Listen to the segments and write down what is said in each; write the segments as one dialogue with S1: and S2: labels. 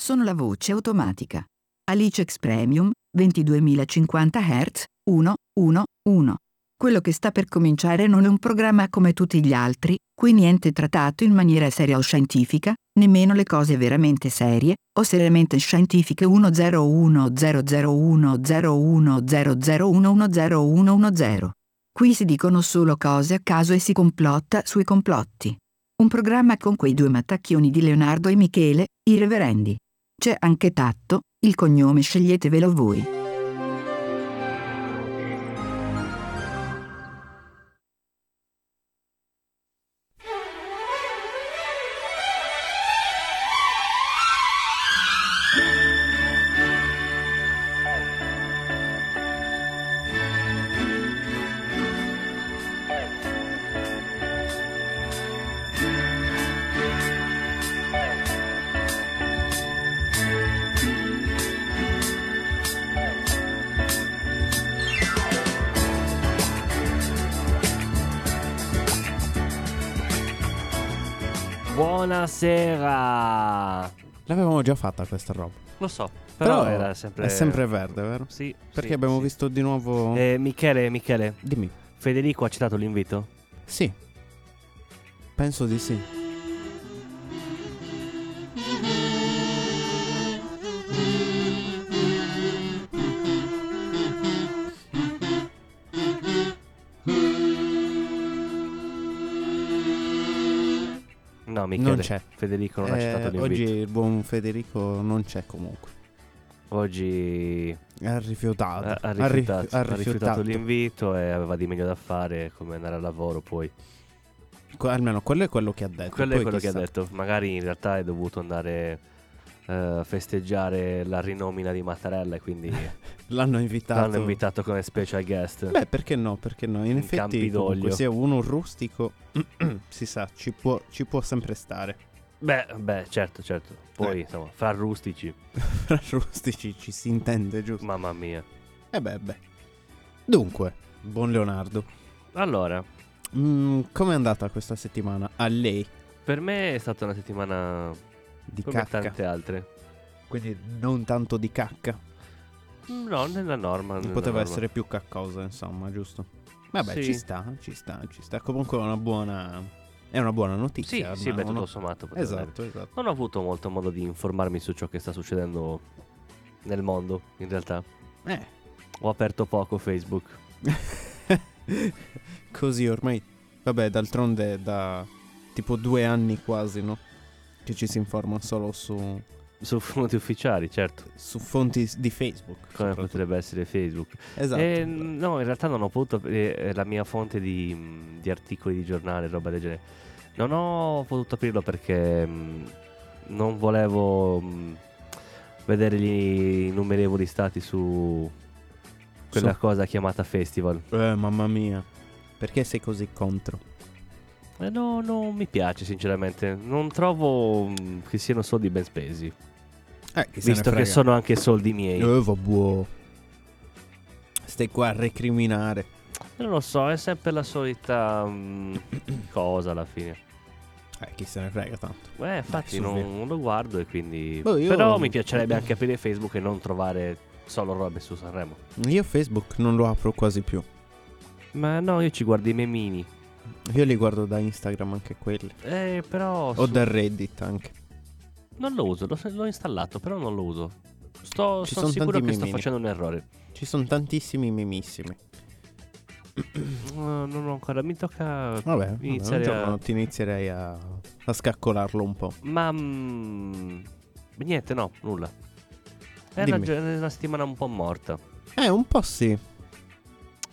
S1: sono la voce automatica. Alice X Premium 22.050 Hz 111. Quello che sta per cominciare non è un programma come tutti gli altri, qui niente trattato in maniera seria o scientifica, nemmeno le cose veramente serie o seriamente scientifiche 101001010100110. Qui si dicono solo cose a caso e si complotta sui complotti. Un programma con quei due mattacchioni di Leonardo e Michele, i reverendi. C'è anche Tatto, il cognome sceglietevelo voi.
S2: Buonasera.
S3: L'avevamo già fatta questa roba.
S4: Lo so, però,
S3: Però,
S4: era sempre...
S3: È sempre verde, vero?
S4: Sì.
S3: Perché
S4: sì,
S3: abbiamo
S4: sì.
S3: visto di nuovo.
S4: Eh, Michele, Michele,
S3: Dimmi.
S4: Federico ha citato l'invito?
S3: Sì. Penso di sì.
S4: No, Michele.
S3: Non c'è.
S4: Federico non ha
S3: Eh,
S4: citato l'invito.
S3: oggi il buon Federico non c'è comunque.
S4: Oggi
S3: Ha rifiutato.
S4: ha, ha
S3: rifi-
S4: rifiutato,
S3: ha
S4: ha rifiutato
S3: rifiutato.
S4: l'invito e aveva di meglio da fare come andare al lavoro poi.
S3: Que- almeno quello è quello che ha detto.
S4: Quello è
S3: poi
S4: quello che ha
S3: chissà.
S4: detto. Magari in realtà è dovuto andare eh, a festeggiare la rinomina di Mattarella e quindi
S3: L'hanno invitato.
S4: l'hanno invitato come special guest.
S3: Beh, perché no? Perché no? In effetti,
S4: Campidoglio.
S3: comunque, sia uno rustico, si sa, ci può, ci può sempre stare.
S4: Beh, beh, certo, certo.
S3: Eh.
S4: Poi, insomma, fra rustici,
S3: Fra rustici ci si intende, giusto?
S4: mamma mia.
S3: E beh, beh. Dunque, buon Leonardo,
S4: Allora,
S3: mm, com'è andata questa settimana? A lei
S4: per me è stata una settimana
S3: di
S4: come
S3: cacca,
S4: tante altre.
S3: quindi non tanto di cacca.
S4: No, nella norma. nella
S3: Poteva
S4: norma.
S3: essere più caccosa, insomma, giusto? Vabbè,
S4: Sì.
S3: ci sta, ci sta, ci sta. Comunque è una buona è una buona
S4: Sì,
S3: notizia.
S4: sì, beh,
S3: almeno,
S4: tutto
S3: no?
S4: sommato. poteva andare.
S3: Esatto, esatto.
S4: Non ho avuto molto modo di informarmi su ciò che sta succedendo nel mondo, in realtà.
S3: Eh.
S4: Ho aperto poco Facebook.
S3: Così ormai Vabbè, d'altronde è da tipo due anni quasi, no? Che ci si informa solo su,
S4: Su fonti ufficiali, certo.
S3: su fonti di Facebook
S4: Come
S3: soprattutto.
S4: potrebbe essere Facebook.
S3: Esatto
S4: Eh, no, in realtà non ho potuto. eh, eh, la mia fonte di, mh, di articoli di giornale, roba del genere. Non ho potuto aprirlo perché mh, non volevo mh, vedere gli innumerevoli stati su quella
S3: Su-
S4: cosa chiamata festival.
S3: Eh, mamma mia. Perché sei così contro?
S4: Eh, no, non mi piace, sinceramente. Non trovo mm, che siano soldi ben spesi.
S3: Eh, chi
S4: visto che sono anche soldi miei.
S3: Eh, vabbè. Stai qua a recriminare.
S4: Non lo so, è sempre la solita mm, cosa alla fine.
S3: Eh, chi se ne frega tanto.
S4: Eh, infatti
S3: su,
S4: non,
S3: via.
S4: non lo guardo e quindi...
S3: Boh, io-
S4: Però mi piacerebbe anche aprire Facebook e non trovare solo robe su Sanremo.
S3: Io Facebook non lo apro quasi più.
S4: Ma no, io ci guardo i memini.
S3: Io li guardo da Instagram anche quelli.
S4: Eh, però...
S3: O
S4: su-
S3: da Reddit anche.
S4: Non lo uso, l'ho, l'ho installato, però non lo uso. Sto,
S3: Ci
S4: sono
S3: son
S4: sicuro
S3: tanti
S4: che sto
S3: memini.
S4: facendo un errore.
S3: Ci sono tantissimi mimissimi.
S4: Eh, non ho ancora, mi tocca...
S3: Vabbè, vabbè, un
S4: Iniziare
S3: giorno
S4: a-
S3: ti inizierei a, a scaccolarlo un po'.
S4: Ma mm, niente, no, nulla. È una,
S3: Dimmi.
S4: gio- è una settimana un po' morta.
S3: Eh, un po' sì.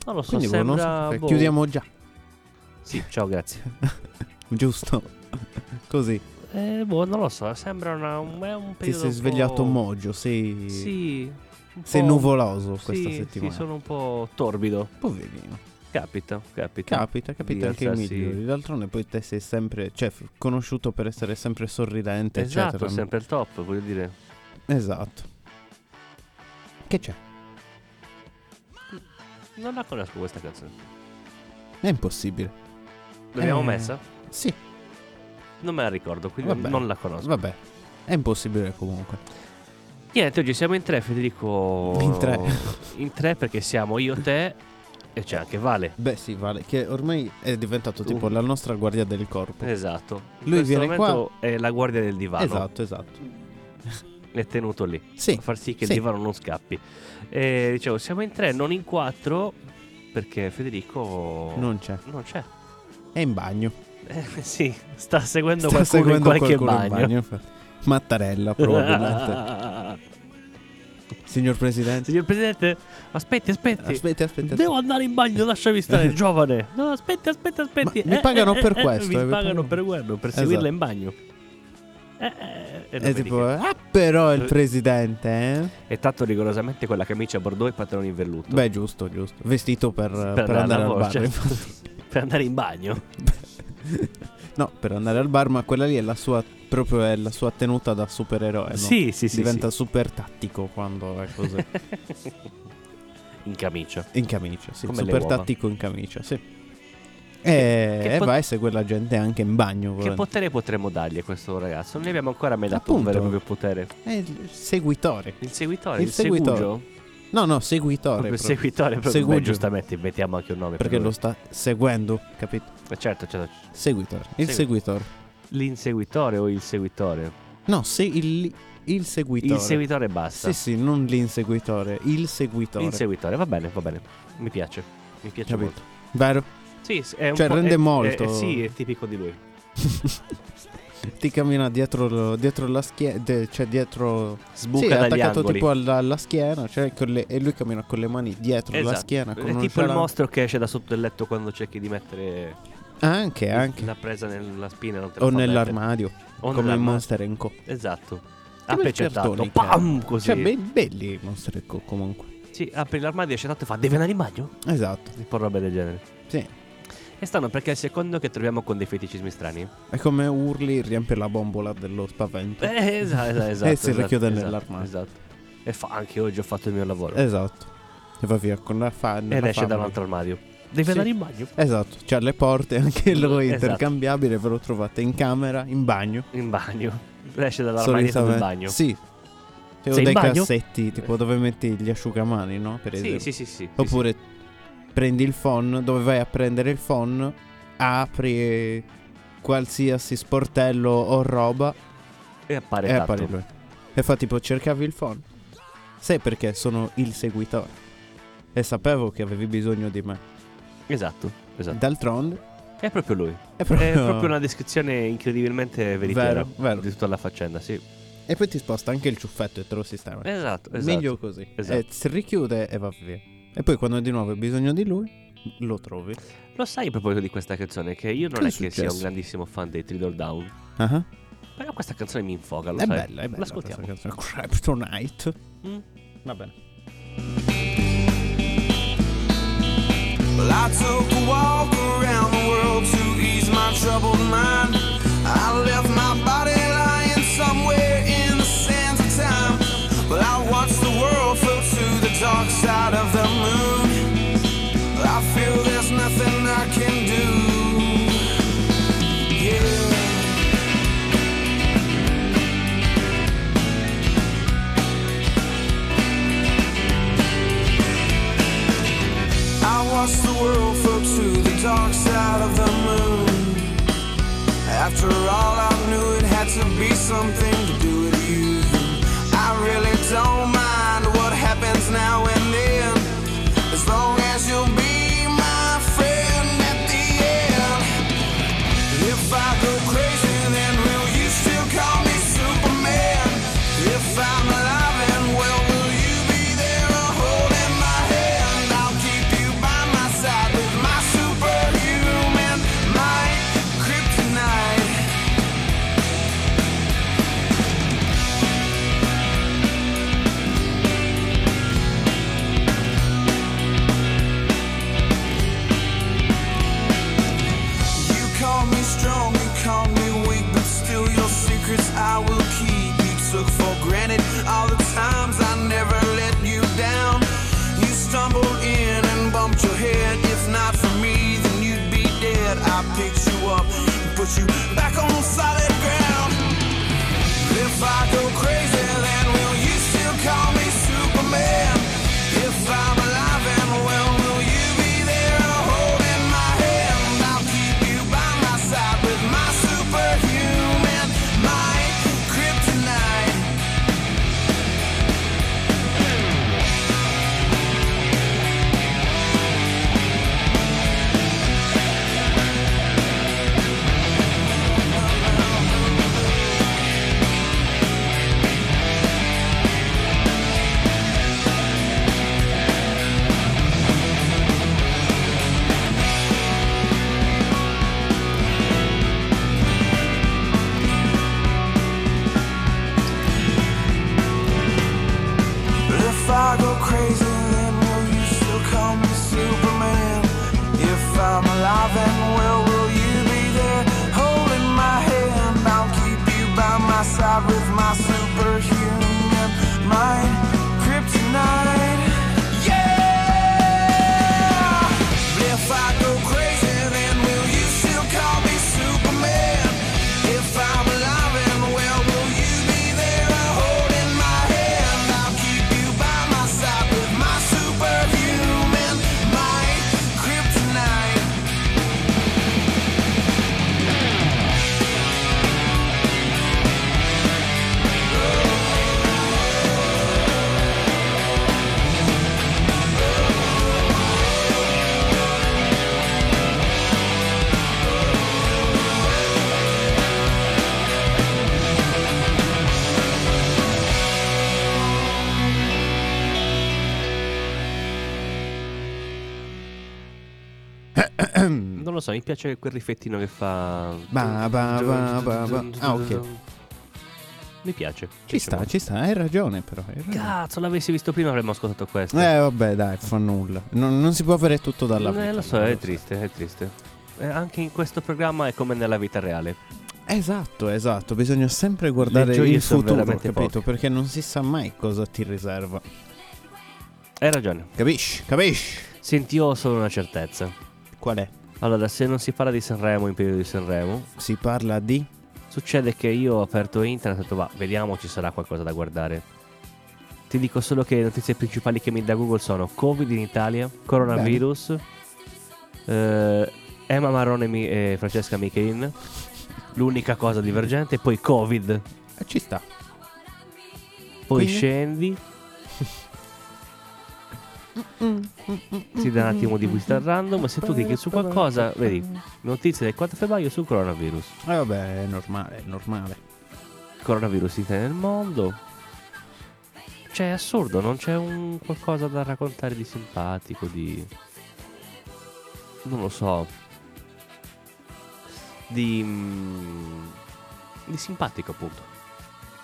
S4: Non lo so,
S3: Quindi boh, non so
S4: sembra...
S3: perché.
S4: boh.
S3: chiudiamo già.
S4: Sì, ciao, grazie.
S3: Giusto. Così.
S4: Eh, boh, non lo so, sembra una, un, è un periodo...
S3: Ti sei
S4: un
S3: svegliato
S4: po'-
S3: mogio, sei...
S4: Sì. un
S3: Sei
S4: po'-
S3: nuvoloso
S4: sì,
S3: questa
S4: Sì,
S3: settimana.
S4: sono un po' torbido.
S3: Poverino.
S4: Capita, capita.
S3: Capita,
S4: Di
S3: capita anche i
S4: alzarsi-
S3: migliori. D'altronde poi te sei sempre, cioè, f- conosciuto per essere sempre sorridente,
S4: esatto,
S3: eccetera.
S4: è sempre il top, voglio dire.
S3: Esatto. Che c'è?
S4: Non la conosco questa canzone.
S3: È impossibile.
S4: L'abbiamo
S3: Eh.
S4: messa?
S3: Sì,
S4: Non me la ricordo, quindi
S3: Vabbè.
S4: non la conosco.
S3: vabbè. È impossibile comunque.
S4: Niente, oggi siamo in tre, Federico.
S3: In tre.
S4: In tre perché siamo io, te e c'è anche Vale.
S3: Beh, sì, vale. Che ormai è diventato tipo
S4: Uh.
S3: la nostra guardia del corpo.
S4: Esatto.
S3: Lui
S4: in questo
S3: viene qua-
S4: momento è la guardia del divano.
S3: Esatto, esatto.
S4: È tenuto lì.
S3: Sì,
S4: A far sì che
S3: Sì.
S4: il divano non scappi. E, dicevo, siamo in tre, non in quattro. Perché Federico.
S3: non c'è.
S4: non c'è.
S3: È in bagno.
S4: Eh, sì, sta seguendo
S3: Sta
S4: qualcuno
S3: seguendo
S4: in qualche
S3: qualcuno in
S4: bagno.
S3: bagno. infatti. Mattarella, probabilmente. Signor Presidente.
S4: Signor Presidente, aspetti, aspetti.
S3: Aspetti, aspetti.
S4: Devo andare in bagno, lasciami stare, giovane. No, aspetti, aspetti, aspetti.
S3: Ma mi pagano per questo,
S4: Mi
S3: eh,
S4: pagano
S3: mi pagano-
S4: per quello, per
S3: Esatto.
S4: seguirla in bagno. Eh, eh, eh, non
S3: È
S4: vedi
S3: tipo,
S4: che-
S3: ah, però il presidente, eh?
S4: E tanto rigorosamente quella camicia a bordeaux e pantaloni in velluto.
S3: Beh, giusto, giusto. Vestito per, per
S4: andare
S3: andare
S4: alla
S3: al Eh, bar.
S4: voce.
S3: infatti.
S4: Per andare in bagno.
S3: no, per andare al bar, ma quella lì è la sua. Proprio è la sua tenuta da supereroe. no?
S4: Sì, sì, sì.
S3: Diventa super tattico quando è così.
S4: sì. in camicia.
S3: in camicia, sì.
S4: Come le
S3: super
S4: uova.
S3: tattico in camicia, sì. E,
S4: che
S3: e
S4: pot-
S3: va e segue la gente anche in bagno.
S4: Che
S3: volendo.
S4: potere potremmo dargli a questo ragazzo? Non gli abbiamo ancora mai dato un
S3: Appunto.
S4: vero e proprio potere.
S3: è Eh, il seguitore.
S4: Il seguitore,
S3: Il
S4: il,
S3: seguitore.
S4: segugio?
S3: No, no, seguitore.
S4: Proprio il
S3: proprio.
S4: seguitore, proprio. Beh,
S3: Segugio.
S4: giustamente mettiamo anche un nome. per
S3: Perché
S4: lui.
S3: lo sta seguendo, capito?
S4: Eh, Certo, certo.
S3: Seguitore. Il
S4: Segui-
S3: seguitore.
S4: L'inseguitore o il seguitore?
S3: No, se il, il seguitore.
S4: Il seguitore basta.
S3: Sì, sì, non l'inseguitore, il seguitore.
S4: il seguitore, va bene, va bene. Mi piace. Mi piace
S3: Capito.
S4: molto.
S3: Vero?
S4: Sì, s- è un
S3: Cioè,
S4: po'-
S3: rende
S4: è-
S3: molto-
S4: è- sì, è tipico di lui.
S3: Ti cammina dietro, lo- dietro la schiena, cioè dietro...
S4: Sbuca
S3: sì, è
S4: dagli
S3: attaccato
S4: angoli.
S3: tipo alla, alla schiena, cioè con le- e lui cammina con le mani dietro la
S4: Esatto.
S3: schiena. Con
S4: è
S3: un
S4: tipo il
S3: cialan-
S4: mostro che esce da sotto il letto quando cerchi di mettere
S3: Anche, anche.
S4: la presa nella spina. non te la
S3: O
S4: Esatto, fa mettere.
S3: nell'armadio,
S4: O
S3: come il
S4: nell'arma-
S3: Monster Co.
S4: Esatto.
S3: Che
S4: Ha
S3: bel
S4: pecettato.
S3: cartone che era.
S4: Pam! Così.
S3: Cioè, be- belli i Monster Co comunque.
S4: Sì, apri l'armadio, accettato e fa: Deve andare in bagno?
S3: Esatto,
S4: Un po' roba del genere.
S3: sì.
S4: E stanno perché è il secondo che troviamo con dei feticismi strani.
S3: È come urli riempie la bombola dello spavento.
S4: Eh, esatto, esatto, esatto.
S3: E se lo chiude
S4: esatto,
S3: nell'armadio.
S4: Esatto. E fa, anche oggi ho fatto il mio lavoro.
S3: Esatto. E va via con la fan.
S4: Ed esce da un altro armadio. Devi
S3: Sì.
S4: andare in bagno.
S3: Esatto, c'ha le porte anche lui
S4: Esatto.
S3: intercambiabile, ve lo trovate in camera, in bagno.
S4: In bagno. Esce dall'armadio del bagno.
S3: Sì. Cioè, o
S4: Sei in
S3: dei
S4: bagno? Eh.
S3: cassetti, tipo dove metti gli asciugamani, no? Per
S4: sì,
S3: esempio.
S4: sì, sì, sì.
S3: Oppure prendi il phone, dove vai a prendere il phone, apri qualsiasi sportello o roba
S4: sì. E appare
S3: e
S4: tatto.
S3: appare lui. E fa tipo cercavi il phone. Sai perché sono il seguitore. E sapevo che avevi bisogno di me.
S4: Esatto, esatto.
S3: D'altronde
S4: È proprio lui.
S3: è
S4: È
S3: proprio,
S4: proprio una descrizione incredibilmente veritiera
S3: Vero, vero.
S4: di tutta la faccenda, sì.
S3: E poi ti sposta anche il ciuffetto e te lo sistema.
S4: Esatto, esatto.
S3: Meglio così.
S4: Esatto.
S3: E Eh, si richiude e va via. E poi quando di nuovo hai bisogno di lui, lo trovi.
S4: Lo sai a proposito di questa canzone che io non è,
S3: Che è
S4: che
S3: successo?
S4: sia un grandissimo fan dei Three Door Down,
S3: Ah,
S4: però questa canzone mi infoga, lo
S3: È
S4: sai.
S3: bella, è bella.
S4: L'ascoltiamo.
S3: questa canzone. Kryptonite.
S4: Mm.
S3: Va bene.
S2: Well, I took a walk around the world to ease my troubled mind. I left my body lying somewhere in the sands of time. Well, I watched the world float to the dark side of the moon. Well, I feel there's nothing I can do. Yeah. I watched the world float to the dark side of the moon. After all, I knew it had to be something to do with you. I really don't mind what happens now and then, as long as you'll be my friend at the end. If I go crazy, then will you still call me Superman? If I'm alive and well, will you be there or holding my hand? I'll keep you by my side with my superhuman might, kryptonite. You call me strong, you call me weak, but still your secrets I will keep. You took for granted all the times I never let you down. You stumbled in and bumped your head. If not for me, then you'd be dead. I picked you up and put you back on solid ground. If If I go crazy, then will you still call me Superman? If I'm alive and well, will you be there holding my hand? I'll keep you by my side with my superhuman, my kryptonite. If I go crazy, then will you still call me Superman? If I'm alive and well, will you be there holding my hand? I'll keep you by my side with my superhuman mind, kryptonite. Yeah! If I go crazy, then will you still call me Superman? If I'm alive and well, will you be there holding my hand? I'll keep you by my side with my superhuman, my kryptonite.
S4: Mm. Non lo so, mi piace quel riflettino che fa.
S3: Ba, ba, ba, ba, ba. Ah, ok.
S4: Mi piace.
S3: Ci sta, ci sta, hai ragione però. hai ragione.
S4: Cazzo, l'avessi visto prima avremmo ascoltato questo.
S3: Eh vabbè dai, fa nulla. Non, non si può avere tutto dalla vita.
S4: Eh, lo so, è triste, è triste. Eh, anche in questo programma è come nella vita reale.
S3: Esatto, esatto, bisogna sempre guardare
S4: gioie
S3: il
S4: sono
S3: futuro,
S4: veramente
S3: capito?
S4: poche.
S3: Perché non si sa mai cosa ti riserva.
S4: Hai ragione.
S3: Capisci? Capisci?
S4: Senti, io ho solo una certezza.
S3: Qual è?
S4: Allora, se non si parla di Sanremo in periodo di Sanremo,
S3: Si parla di
S4: succede che io ho aperto internet e ho detto, va, vediamo ci sarà qualcosa da guardare. Ti dico solo che le notizie principali che mi dà Google sono Covid in Italia, coronavirus, eh, Emma Marrone mi- e Francesca Michelin, l'unica cosa divergente, poi Covid,
S3: Eh, ci sta.
S4: poi
S3: Quindi?
S4: scendi. Ti dà un attimo di vista al random, se tu clicchi su qualcosa, vedi, notizie del 4 febbraio sul coronavirus.
S3: Eh vabbè, è normale, è normale.
S4: coronavirus in Italia e nel mondo. Cioè, è assurdo, non c'è un qualcosa da raccontare di simpatico, di. non lo so. Di. mm, di simpatico, appunto.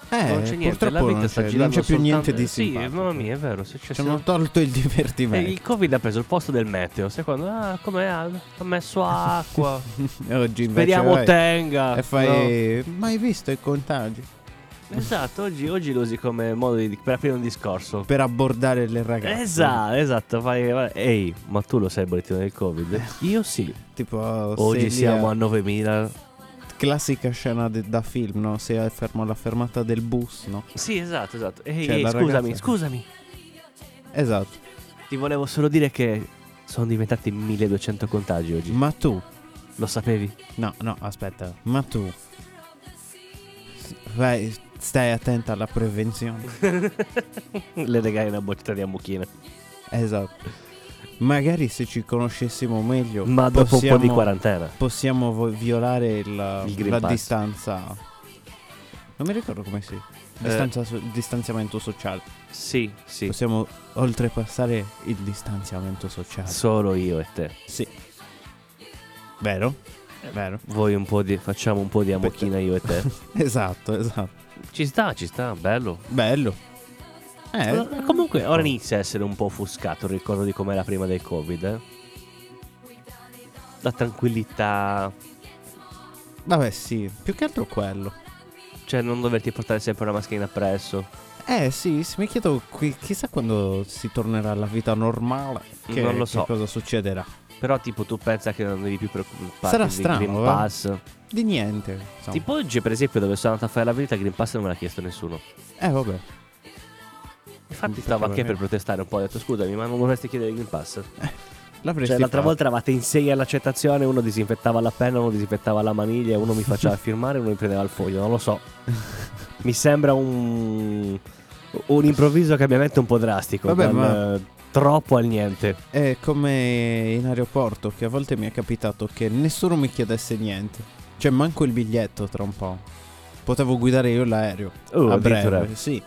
S3: Eh,
S4: non c'è niente, la
S3: purtroppo
S4: vita
S3: non
S4: sta
S3: c'è,
S4: girando.
S3: non c'è più
S4: soltanto-
S3: niente di
S4: Sì,
S3: simpatico.
S4: mamma mia, è vero. Se c'è
S3: Ci
S4: se-
S3: hanno tolto il
S4: Eh,
S3: divertimento.
S4: il covid ha preso il posto del meteo. Secondo ah, com'è? Ha ha messo acqua.
S3: Oggi invece
S4: Speriamo
S3: vai
S4: tenga.
S3: E fai... Mai visto i contagi?
S4: no? Esatto, oggi, oggi lo usi come modo di, per aprire un discorso.
S3: Per abbordare le ragazze.
S4: Esatto, esatto. fai- vai- Ehi, ma tu lo sai il bollettino del Covid? Io sì.
S3: Tipo,
S4: Oggi
S3: sei lì
S4: siamo
S3: a-
S4: a 9000.
S3: Classica scena de- da film, no? Si è fermo alla fermata del bus, no?
S4: Sì, esatto, esatto. Ehi,
S3: C'è
S4: ehi,
S3: la
S4: scusami,
S3: ragazza.
S4: scusami.
S3: Esatto.
S4: Ti volevo solo dire che sono diventati 1200 contagi oggi.
S3: Ma tu...
S4: Lo sapevi?
S3: No, no, aspetta. Ma tu... s- vai, stai attenta alla prevenzione.
S4: Le regali una boccetta di ammuchina.
S3: Esatto. Magari se ci conoscessimo meglio...
S4: Ma dopo un po' di
S3: possiamo-
S4: quarantena.
S3: Possiamo vo- violare la,
S4: Il Green
S3: la
S4: Pass. Eh.
S3: distanza... Non mi ricordo come si... Distanza so- distanziamento sociale.
S4: Sì, sì.
S3: Possiamo oltrepassare il distanziamento sociale.
S4: Solo io e te.
S3: Sì. Vero?
S4: Eh.
S3: Vero.
S4: Vuoi un po' di. Facciamo un po' di ammuchina io e te.
S3: Esatto, esatto.
S4: ci sta, ci sta, bello.
S3: Bello. Eh,
S4: Eh, Comunque, ora inizia a essere un po' offuscato il ricordo di com'era prima del Covid. eh. La tranquillità,
S3: vabbè sì, più che altro quello.
S4: cioè non doverti portare sempre una mascherina appresso.
S3: Eh sì, sì, mi chiedo qui- chissà quando si tornerà alla vita normale. Che,
S4: Non lo
S3: che
S4: so.
S3: cosa succederà.
S4: Però tipo tu pensa che non devi più preoccuparti
S3: Sarà
S4: di
S3: strano, eh?
S4: Green
S3: va?
S4: Pass.
S3: Di niente. insomma.
S4: Tipo oggi per esempio dove sono andato a fare la visita Green Pass non me l'ha chiesto nessuno.
S3: Eh, vabbè.
S4: Infatti
S3: Perché
S4: stavo anche
S3: vabbè.
S4: per protestare un po', ho detto scusami ma non dovresti chiedere il Green Pass.
S3: L'avresti
S4: Cioè, l'altra
S3: fatto.
S4: volta eravate in sei all'accettazione, uno disinfettava la penna, uno disinfettava la maniglia, uno mi faceva firmare, uno mi prendeva il foglio, non lo so. Mi sembra un, un improvviso cambiamento un po' drastico,
S3: Vabbè,
S4: dal,
S3: ma-
S4: eh, troppo al niente.
S3: È come in aeroporto che a volte mi è capitato che nessuno mi chiedesse niente. Cioè, manco il biglietto tra un po'. Potevo guidare io l'aereo.
S4: Oh,
S3: a
S4: addirittura.
S3: breve, sì.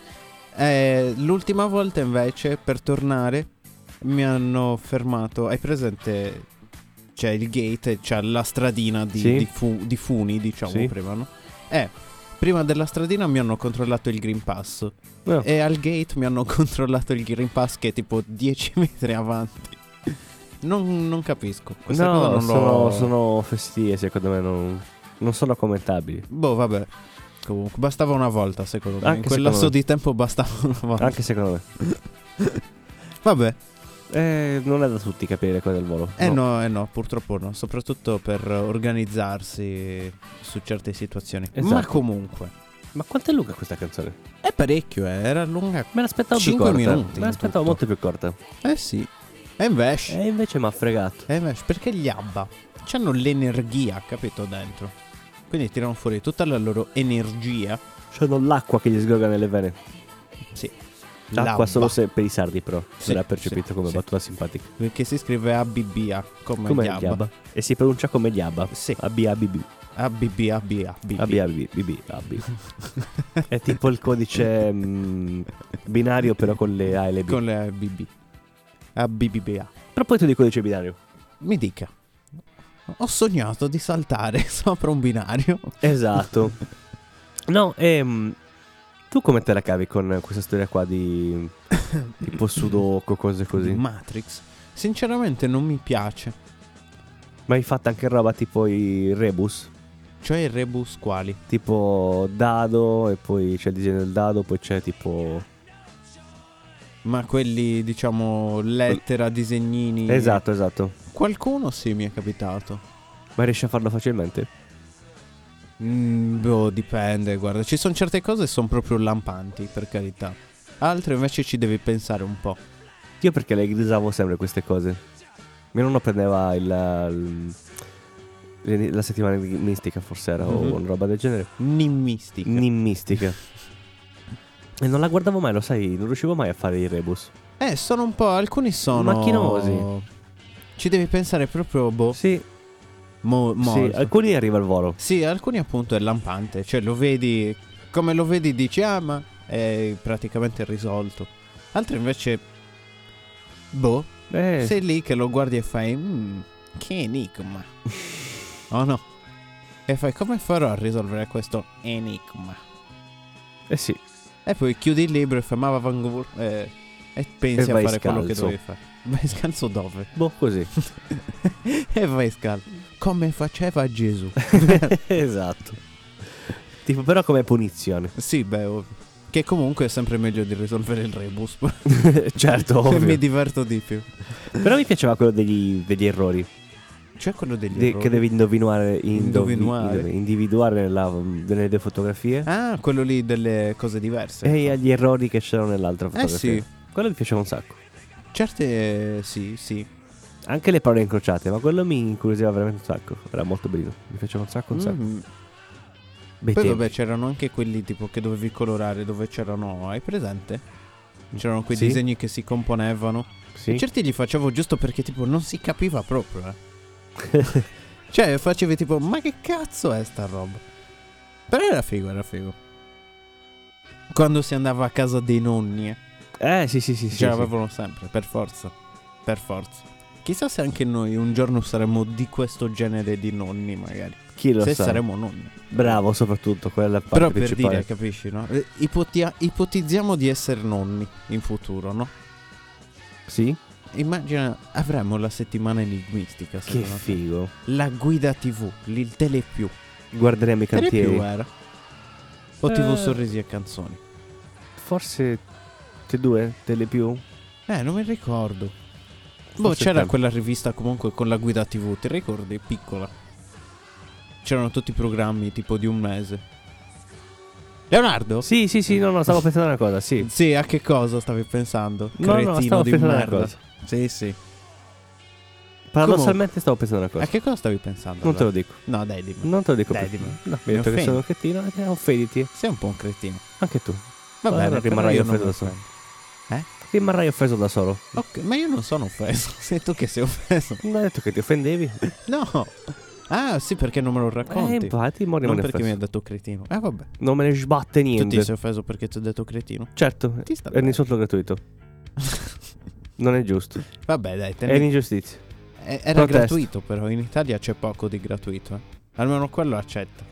S3: Eh, l'ultima volta invece, per tornare, mi hanno fermato. Hai presente? C'è il gate, e c'è la stradina di,
S4: Sì.
S3: di fu- di funi, diciamo,
S4: Sì.
S3: prima, no? Eh, prima della stradina mi hanno controllato il Green Pass.
S4: No.
S3: E al gate mi hanno controllato il Green Pass che è tipo 10 metri avanti. Non, non capisco. Questa
S4: No,
S3: cosa non
S4: sono,
S3: l'ho-
S4: sono festie, secondo me non, non sono commentabili.
S3: Boh, vabbè. Comunque, bastava una volta, secondo me.
S4: Anche
S3: In quel
S4: secondo
S3: lasso
S4: me.
S3: di tempo bastava una volta.
S4: Anche secondo me.
S3: Vabbè.
S4: Eh, non è da tutti capire quello del volo.
S3: Eh no. eh no, purtroppo no. Soprattutto per organizzarsi su certe situazioni.
S4: Esatto.
S3: Ma comunque.
S4: Ma quanto è lunga questa canzone?
S3: È parecchio, eh. Era lunga.
S4: Me l'aspettavo più
S3: Cinque
S4: corta.
S3: minuti
S4: Me l'aspettavo
S3: in
S4: molto
S3: tutto.
S4: più corta.
S3: Eh sì. E invece.
S4: E invece mi ha fregato.
S3: Eh, ma perché gli ABBA Cioè, hanno l'energia, capito, dentro. Quindi tirano fuori tutta la loro energia.
S4: C'hanno l'acqua che gli sgorga nelle vene.
S3: Sì.
S4: L'acqua
S3: L'ABBA,
S4: solo se per i sardi, però.
S3: Sì,
S4: L'ha percepito
S3: sì,
S4: come
S3: sì.
S4: battuta simpatica.
S3: Che si scrive ABBA, come,
S4: Come
S3: gli
S4: gli
S3: ABBA.
S4: Abba. E si pronuncia come gli Abba.
S3: Sì.
S4: Abbi, abbi, bi.
S3: ABBA, ABBA,
S4: Abbi, abbi, bi, bi, abbi. È tipo il codice mm, binario, però con le A e le B.
S3: Con le ABB. ABBA.
S4: A proposito di codice binario.
S3: Mi dica. Ho sognato di saltare sopra un binario.
S4: Esatto. No, ehm, tu come te la cavi con questa storia qua di tipo sudoku, cose
S3: Di
S4: così?
S3: Matrix. Sinceramente non mi piace.
S4: Ma hai fatto anche roba tipo i rebus?
S3: Cioè i rebus quali?
S4: Tipo dado e poi c'è il disegno del dado, poi c'è tipo...
S3: Ma quelli, diciamo, lettera, disegnini.
S4: Esatto, esatto.
S3: Qualcuno sì mi è capitato.
S4: Ma riesci a farlo facilmente?
S3: Mm, boh, dipende, guarda, ci sono certe cose che sono proprio lampanti, per carità. Altre invece ci devi pensare un po'.
S4: Io perché le grisavo sempre queste cose. Mio nonno prendeva il, il- le- la settimana mistica forse era
S3: Mhm.
S4: o una roba del genere.
S3: Nimmistica.
S4: Nimmistica. e non la guardavo mai, lo sai, non riuscivo mai a fare i rebus.
S3: eh, sono un po', alcuni sono
S4: Macchinosi.
S3: Ci devi pensare proprio boh,
S4: Sì,
S3: mo-
S4: sì,
S3: molto.
S4: alcuni arriva al volo.
S3: Sì, alcuni appunto è lampante, cioè lo vedi come lo vedi dici ah, ma è praticamente risolto. Altri invece boh,
S4: Eh,
S3: sei lì che lo guardi e fai "Mm, che enigma. oh no. E fai come farò a risolvere questo enigma?
S4: eh sì.
S3: E poi chiudi il libro e fai ma vango eh, e pensi
S4: E
S3: a
S4: vai
S3: fare quello che
S4: scalzo.
S3: dovevi fare. Vai scalzo dove?
S4: Boh, così.
S3: e vai scalzo. Come faceva Gesù.
S4: esatto. Tipo, però come punizione.
S3: sì, beh, ovvio. Che comunque è sempre meglio di risolvere il rebus.
S4: certo,
S3: Che
S4: ovvio.
S3: mi diverto di più.
S4: Però mi piaceva quello degli, degli errori.
S3: C'è quello degli
S4: De-
S3: errori.
S4: che devi indovinare, indovi-
S3: Indovinare.
S4: indovi- individuare nella- nelle due fotografie
S3: Ah, quello lì delle cose diverse.
S4: e agli errori che c'erano nell'altra
S3: eh
S4: fotografia.
S3: sì,
S4: Quello mi piaceva un sacco.
S3: certe sì, sì.
S4: Anche le parole incrociate, ma quello mi incuriosiva veramente un sacco. Era molto bello. Mi piaceva un sacco, un sacco.
S3: Mm.
S4: Bei
S3: Poi
S4: tempi.
S3: vabbè c'erano anche quelli tipo che dovevi colorare dove c'erano, hai presente? C'erano quei
S4: Sì.
S3: disegni che si componevano.
S4: Sì.
S3: E certi li facevo giusto perché tipo non si capiva proprio. Eh. cioè facevi tipo ma che cazzo è sta roba? Però era figo, era figo. Quando si andava a casa dei nonni, eh,
S4: Eh, sì, sì, sì. sì,
S3: ce
S4: sì.
S3: l'avevano sempre, per forza. Per forza. Chissà se anche noi un giorno saremo di questo genere di nonni magari.
S4: Chi lo
S3: se
S4: sa.
S3: saremo nonni.
S4: Bravo, soprattutto quella è la parte
S3: Però per
S4: principale.
S3: dire, capisci, no? Eh, ipotia- ipotizziamo di essere nonni in futuro, no?
S4: Sì?
S3: Immagina, avremmo la settimana enigmistica,
S4: Che
S3: secondo me.
S4: figo.
S3: La guida TV, lì il telepiù.
S4: Guarderemo i cantieri.
S3: Telepiù era. O TV
S4: Eh.
S3: sorrisi e canzoni.
S4: Forse te due, te le più?
S3: Eh, non mi ricordo. Boh,
S4: Forse
S3: c'era
S4: il tempo.
S3: quella rivista comunque con la guida TV, ti ricordi? Piccola. C'erano tutti i programmi tipo di un mese. Leonardo?
S4: Sì, sì, sì, no, no, stavo pensando a una cosa, sì.
S3: Sì, a che cosa stavi pensando?
S4: No,
S3: Cretino
S4: no, stavo
S3: di
S4: pensando a una
S3: merda.
S4: cosa.
S3: Sì, sì.
S4: Paradossalmente stavo pensando a una
S3: A
S4: cosa.
S3: che cosa stavi pensando?
S4: Non te lo
S3: allora?
S4: dico.
S3: No, dai, dimmi.
S4: Non te lo dico
S3: Dai,
S4: più.
S3: dimmi.
S4: No,
S3: Mi
S4: mi hai detto che
S3: offendi.
S4: sono un cretino e offenditi.
S3: Sei un po' un cretino.
S4: Anche tu.
S3: Va
S4: Allora
S3: bene, però
S4: Ah, rimarrai
S3: io non
S4: offeso
S3: mi
S4: da solo.
S3: offendo.
S4: Rimarrai offeso da solo.
S3: Ok, ma io non sono offeso. Sei tu che sei offeso.
S4: Non hai detto che ti offendevi?
S3: No. Ah, sì, perché non me lo
S4: Eh,
S3: racconti.
S4: infatti, mo
S3: non
S4: rimane
S3: perché
S4: offeso.
S3: mi hai detto cretino. Eh, vabbè.
S4: Non me ne sbatte
S3: Tu ti
S4: niente.
S3: sei offeso perché ti ho detto cretino?
S4: Certo,
S3: Ti
S4: è
S3: sta
S4: un
S3: bene.
S4: insulto gratuito. Non è giusto.
S3: Vabbè, dai, te
S4: È un'ingiustizia.
S3: Eh, Era
S4: Protesto.
S3: gratuito, però in Italia c'è poco di gratuito. eh. Almeno quello accetta.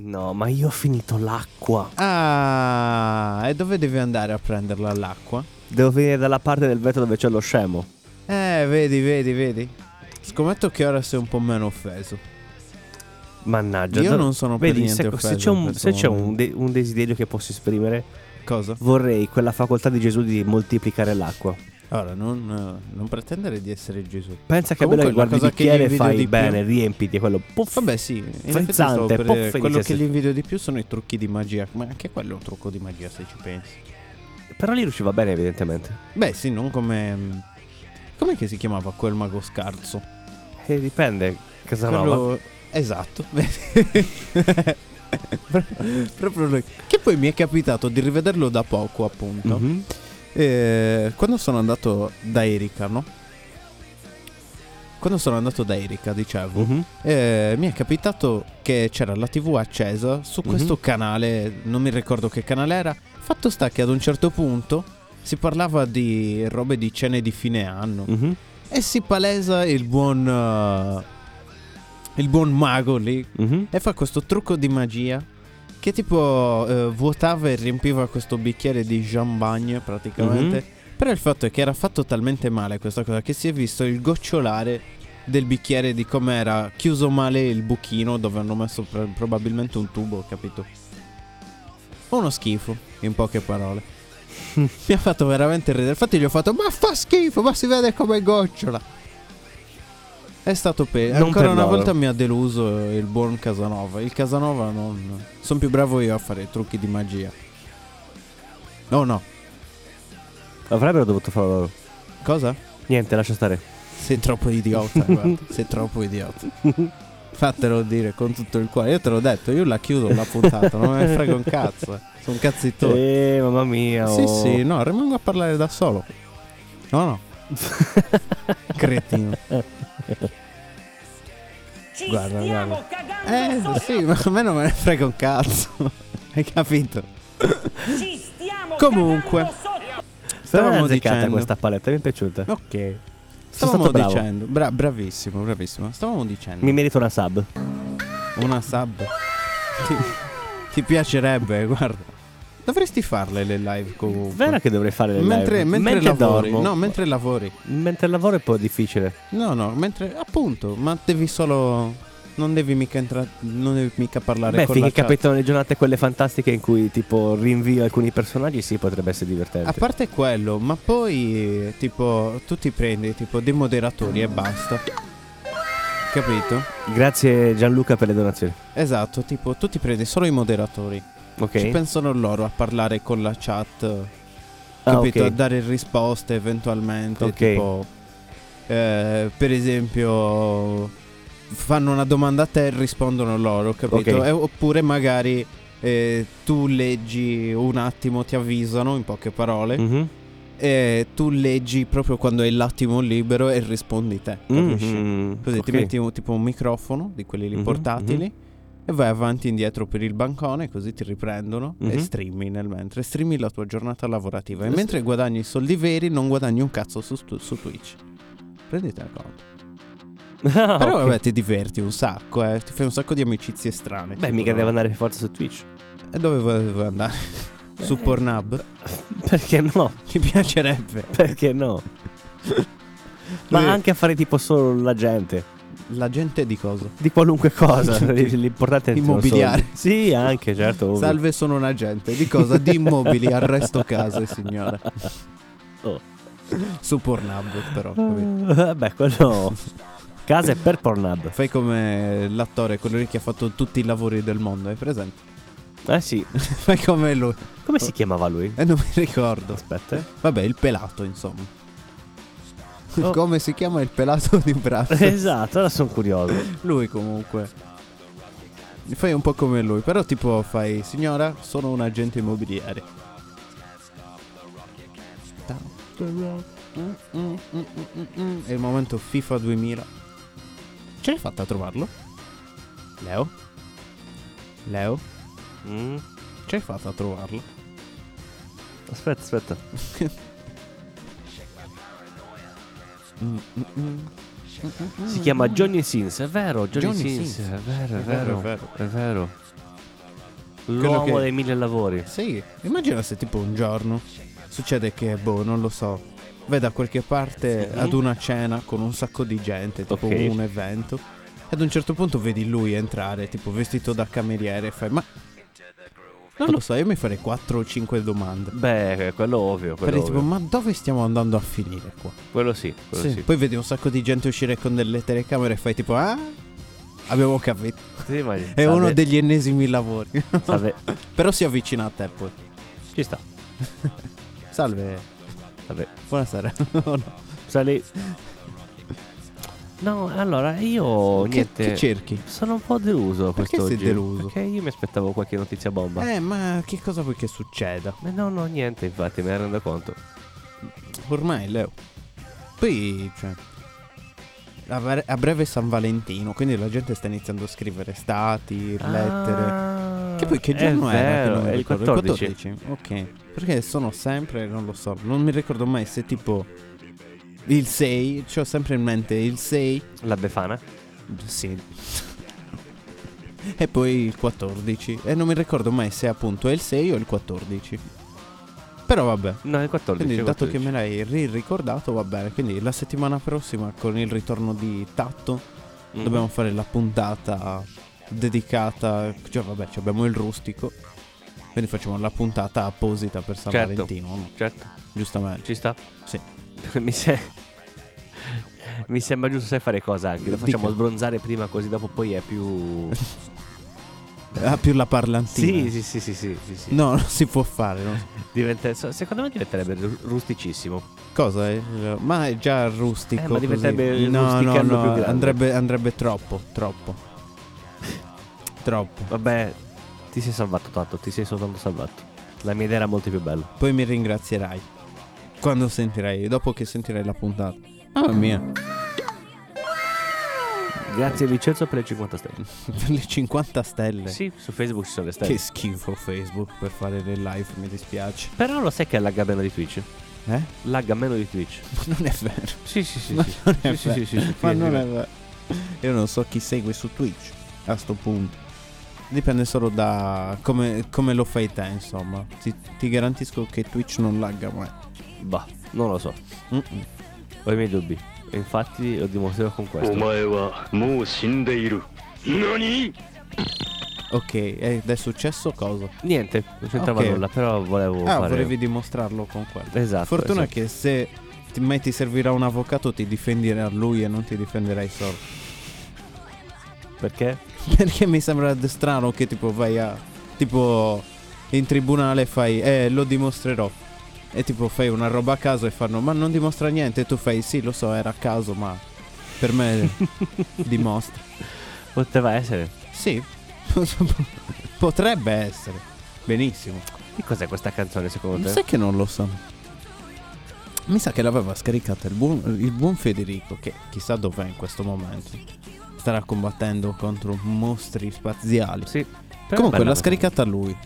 S4: No, ma io ho finito l'acqua.
S3: Ah, e dove devi andare a prenderla l'acqua?
S4: Devo finire dalla parte del vetro dove c'è lo scemo.
S3: Eh, vedi, vedi, vedi. Scommetto che ora sei un po' meno offeso.
S4: Mannaggia.
S3: Io
S4: do-
S3: non sono per
S4: Vedi,
S3: niente
S4: se,
S3: offeso.
S4: se c'è,
S3: in
S4: un,
S3: questo
S4: se c'è un
S3: momento.
S4: de- un desiderio che posso esprimere,
S3: Cosa?
S4: vorrei quella facoltà di Gesù di moltiplicare l'acqua.
S3: Ora, non, eh, non pretendere di essere Gesù.
S4: Pensa che è bello
S3: Comunque,
S4: che guardi il
S3: la cosa che
S4: bicchiere e
S3: invidio di
S4: fai
S3: più-
S4: bene, riempiti, è quello. Puff.
S3: Vabbè, sì. in effetti
S4: Frizzante,
S3: stavo per
S4: puff,
S3: dire,
S4: felice
S3: Quello che
S4: essere-
S3: li invidio di più sono i trucchi di magia. Ma anche quello è un trucco di magia, se ci pensi.
S4: Però lì riusciva bene, evidentemente.
S3: Beh, sì, non come. Com'è che si chiamava quel mago scarso?
S4: E dipende. Casanova.
S3: Quello- Esatto. Proprio lui. Che poi mi è capitato di rivederlo da poco, appunto.
S4: Mhm.
S3: Eh, quando sono andato da Erika, no? Quando sono andato da Erika, dicevo,
S4: Mhm.
S3: eh, mi è capitato che c'era la TV accesa su
S4: Mhm.
S3: questo canale, non mi ricordo che canale era. Fatto sta che ad un certo punto si parlava di robe di cene di fine anno.
S4: Mhm.
S3: E si palesa il buon. eh, il buon mago lì.
S4: Mhm.
S3: E fa questo trucco di magia. Che tipo eh, vuotava e riempiva questo bicchiere di champagne praticamente. Però il fatto è che era fatto talmente male questa cosa che si è visto il gocciolare del bicchiere di come era chiuso male il buchino dove hanno messo pr- probabilmente un tubo, capito? Uno schifo, in poche parole. Mi ha fatto veramente ridere. Infatti gli ho fatto "Ma fa schifo, ma si vede come gocciola". È stato peggio.
S4: Non
S3: Ancora
S4: per
S3: una
S4: loro.
S3: volta mi ha deluso eh, il buon Casanova. Il Casanova non sono più bravo io a fare trucchi di magia. Oh no.
S4: Avrebbero dovuto farlo loro.
S3: Cosa?
S4: Niente, lascia stare.
S3: Sei troppo idiota, guarda. Sei troppo idiota. Fatelo dire con tutto il cuore. Io te l'ho detto, io la chiudo la puntata, non me ne frega un cazzo. eh. Sono un cazzittore.
S4: Eh, mamma mia.
S3: Sì,
S4: oh.
S3: sì, no, rimango a parlare da solo. No, no. Cretino.
S5: Ci
S3: Guarda,
S5: stiamo
S3: Eh,
S5: cagando sotto!
S3: sì, ma a me non me ne frega un cazzo. Hai capito?
S5: Ci stiamo
S3: Comunque.
S5: cagando sotto!
S4: Stavamo
S3: Stavamo
S4: azzeccata
S3: dicendo-
S4: questa paletta, mi è piaciuta.
S3: Ok.
S4: Sono
S3: Stavamo
S4: stato bravo.
S3: dicendo, bra- bravissimo, bravissimo. Stavamo dicendo
S4: Mi merito una sub.
S3: una sub. Ti, ti piacerebbe, guarda. Dovresti farle le live comunque.
S4: Vero che dovrei fare le
S3: Mentre,
S4: live?
S3: mentre lavori,
S4: dormo.
S3: no, mentre lavori.
S4: Mentre lavoro è un po' difficile.
S3: No, no, mentre appunto, ma devi solo non devi mica entrare non devi mica parlare
S4: Beh,
S3: con la
S4: finché
S3: chat.
S4: capitano le giornate quelle fantastiche in cui tipo rinvio alcuni personaggi, sì, potrebbe essere divertente.
S3: A parte quello, ma poi tipo tu ti prendi tipo dei moderatori e basta. Capito?
S4: Grazie Gianluca per le donazioni.
S3: Esatto, tipo tu ti prendi solo i moderatori.
S4: Ok.
S3: Ci pensano loro a parlare con la chat.
S4: Ah,
S3: capito?
S4: ok.
S3: A dare risposte eventualmente.
S4: Ok.
S3: Tipo, eh, per esempio, fanno una domanda a te e rispondono loro, capito?
S4: Ok.
S3: Eh, oppure magari eh, tu leggi un attimo, ti avvisano in poche parole,
S4: Mhm.
S3: e tu leggi proprio quando hai l'attimo libero e rispondi te, capisci?
S4: Mhm.
S3: Così
S4: Ok.
S3: ti metti un- tipo un microfono di quelli lì
S4: Mhm,
S3: portatili. E vai avanti e indietro per il bancone, così ti riprendono e
S4: Mhm.
S3: streami nel mentre. Streami la tua giornata lavorativa. E mentre guadagni soldi veri, non guadagni un cazzo su, stu- su Twitch. Prenditene conto.
S4: Ah,
S3: Però
S4: ok.
S3: vabbè, ti diverti un sacco, eh. Ti fai un sacco di amicizie strane.
S4: Beh,
S3: tipo,
S4: mica
S3: no?
S4: devo andare per forza su Twitch.
S3: E dove volevo andare? su Pornhub?
S4: Perché no?
S3: Ti piacerebbe
S4: Perché no? Ma
S3: Sì.
S4: anche a fare tipo solo la gente.
S3: la gente di cosa?
S4: Di qualunque cosa. L'importante è che non sono-
S3: Immobiliare.
S4: Sì, anche, certo. ovvio.
S3: Salve, sono un agente. Di cosa? Di immobili, arresto case, signora.
S4: Oh.
S3: su Pornhub però. capito?
S4: Vabbè, quello. Casa è per Pornhub.
S3: Fai come l'attore, quello lì che ha fatto tutti i lavori del mondo, hai presente?
S4: Eh sì.
S3: Fai come lui.
S4: Come si chiamava lui?
S3: E non mi ricordo.
S4: Aspetta.
S3: Vabbè, il pelato, insomma.
S4: Oh.
S3: Come si chiama il pelato di Bratz?
S4: Esatto, ora sono curioso.
S3: lui comunque. Fai un po' come lui, però tipo fai, signora, sono un agente immobiliare. Mm, mm, mm, mm, mm. È il momento FIFA 2000. Ce l'hai fatta a trovarlo? Leo? Leo?
S4: Mm.
S3: Ce l'hai fatta a trovarlo?
S4: Aspetta, aspetta.
S3: Mm, mm, mm.
S4: Si chiama Johnny Sins, è vero, Johnny,
S3: Johnny
S4: Sins,
S3: Sins.
S4: è vero, è vero,
S3: vero, è vero.
S4: è vero. L'uomo
S3: che-
S4: dei mille lavori.
S3: Sì, immagina se tipo un giorno succede che, boh, non lo so, vai da qualche parte
S4: Sì.
S3: ad una cena con un sacco di gente, tipo
S4: Ok.
S3: un evento, e ad un certo punto vedi lui entrare, tipo vestito da cameriere, e fai, ma... Non lo so, io mi farei 4 o 5 domande.
S4: Beh, quello ovvio, quello,
S3: Farei tipo,
S4: ovvio.
S3: ma dove stiamo andando a finire qua?
S4: quello sì, quello sì.
S3: Poi vedi un sacco di gente uscire con delle telecamere e fai tipo, ah, abbiamo capito.
S4: Sì, ma-
S3: È
S4: vabbè,
S3: uno degli ennesimi lavori.
S4: vabbè,
S3: Però si avvicina a te poi.
S4: ci sta.
S3: Salve,
S4: Vabbè.
S3: buonasera. No, no.
S4: Sali. No, allora io
S3: Che,
S4: niente.
S3: che cerchi?
S4: sono un po' deluso
S3: Perché
S4: quest'oggi.
S3: sei deluso?
S4: Perché io mi aspettavo qualche notizia bomba.
S3: Eh, ma che cosa vuoi che succeda?
S4: Ma no, no, niente, infatti, me ne rendo conto.
S3: Ormai, Leo. Poi, cioè. A, bre- a breve è San Valentino, quindi la gente sta iniziando a scrivere stati, lettere.
S4: Ah,
S3: Che poi che
S4: è
S3: giorno era? che
S4: vero,
S3: non mi
S4: è il
S3: ricordo?
S4: 14.
S3: Ok. Perché sono sempre, non lo so, non mi ricordo mai se tipo il 6, ho sempre in mente il 6,
S4: La Befana?
S3: sì. e poi il 14 e non mi ricordo mai se appunto è il 6 o il 14. Però vabbè.
S4: No, è il 14.
S3: Quindi
S4: è il
S3: dato
S4: 14.
S3: che me l'hai ricordato va bene, quindi la settimana prossima con il ritorno di Tatto
S4: Mm.
S3: dobbiamo fare la puntata dedicata, cioè vabbè, cioè abbiamo il rustico, quindi facciamo la puntata apposita per San
S4: Certo.
S3: Valentino, no?
S4: Certo,
S3: giustamente.
S4: ci sta.
S3: Sì.
S4: Mi, se- Mi sembra giusto sai fare cosa anche. Lo facciamo
S3: Dica.
S4: sbronzare prima così dopo poi è più...
S3: Ah, più la
S4: sì,
S3: parlantina.
S4: sì, sì, sì, sì, sì, sì.
S3: No, non si può fare. non si-
S4: Diventa- so- secondo me diventerebbe ru- rusticissimo.
S3: Cosa? è? Ma è già rustico.
S4: Eh, ma diventerebbe
S3: così.
S4: il
S3: no, no,
S4: rustichello
S3: no,
S4: più grande.
S3: Andrebbe, andrebbe troppo, troppo. troppo.
S4: Vabbè, ti sei salvato tanto, ti sei soltanto salvato. La mia idea era molto più bella.
S3: Poi mi ringrazierai. Quando sentirai, dopo che sentirai la puntata. Mamma mia,
S4: Grazie Vincenzo per le 50 stelle.
S3: per le 50 stelle.
S4: Sì, su Facebook ci sono le stelle.
S3: Che schifo Facebook per fare le live, mi dispiace.
S4: Però lo sai che lagga meno di Twitch?
S3: Eh?
S4: Lagga meno di Twitch.
S3: Ma non è vero.
S4: Sì, sì, sì.
S3: Ma
S4: sì.
S3: non è
S4: Sì, sì,
S3: vero.
S4: sì, sì, sì,
S3: Ma
S4: sì,
S3: non
S4: sì.
S3: è vero. Io non so chi segue su Twitch a sto punto. Dipende solo da come, come lo fai te, insomma. Ti, ti garantisco che Twitch non lagga mai.
S4: Bah, non lo so.
S3: Mm-mm.
S4: Ho i miei dubbi. E infatti lo dimostrerò con
S6: お
S4: questo.
S6: 前はもう死んでいる何
S3: Ok, ed è successo cosa?
S4: Niente, non c'entrava
S3: Ok.
S4: nulla, però volevo
S3: ah,
S4: fare.
S3: volevi dimostrarlo con quello.
S4: Esatto.
S3: Fortuna
S4: esatto.
S3: che se ti, mai ti servirà un avvocato ti difenderà lui e non ti difenderai solo.
S4: Perché?
S3: Perché mi sembra strano che tipo vai a... Tipo in tribunale e fai... Eh, lo dimostrerò. E tipo fai una roba a caso e fanno... Ma non dimostra niente. E tu fai... Sì, lo so, era a caso, ma... Per me dimostra.
S4: Poteva essere.
S3: Sì. Potrebbe essere. Benissimo.
S4: Che cos'è questa canzone secondo te?
S3: Sai che non lo so. Mi sa che l'aveva scaricata il buon, il buon Federico, che chissà dov'è in questo momento. Starà combattendo contro mostri spaziali.
S4: Sì. però è
S3: Comunque
S4: bella
S3: l'ha
S4: la
S3: scaricata lui.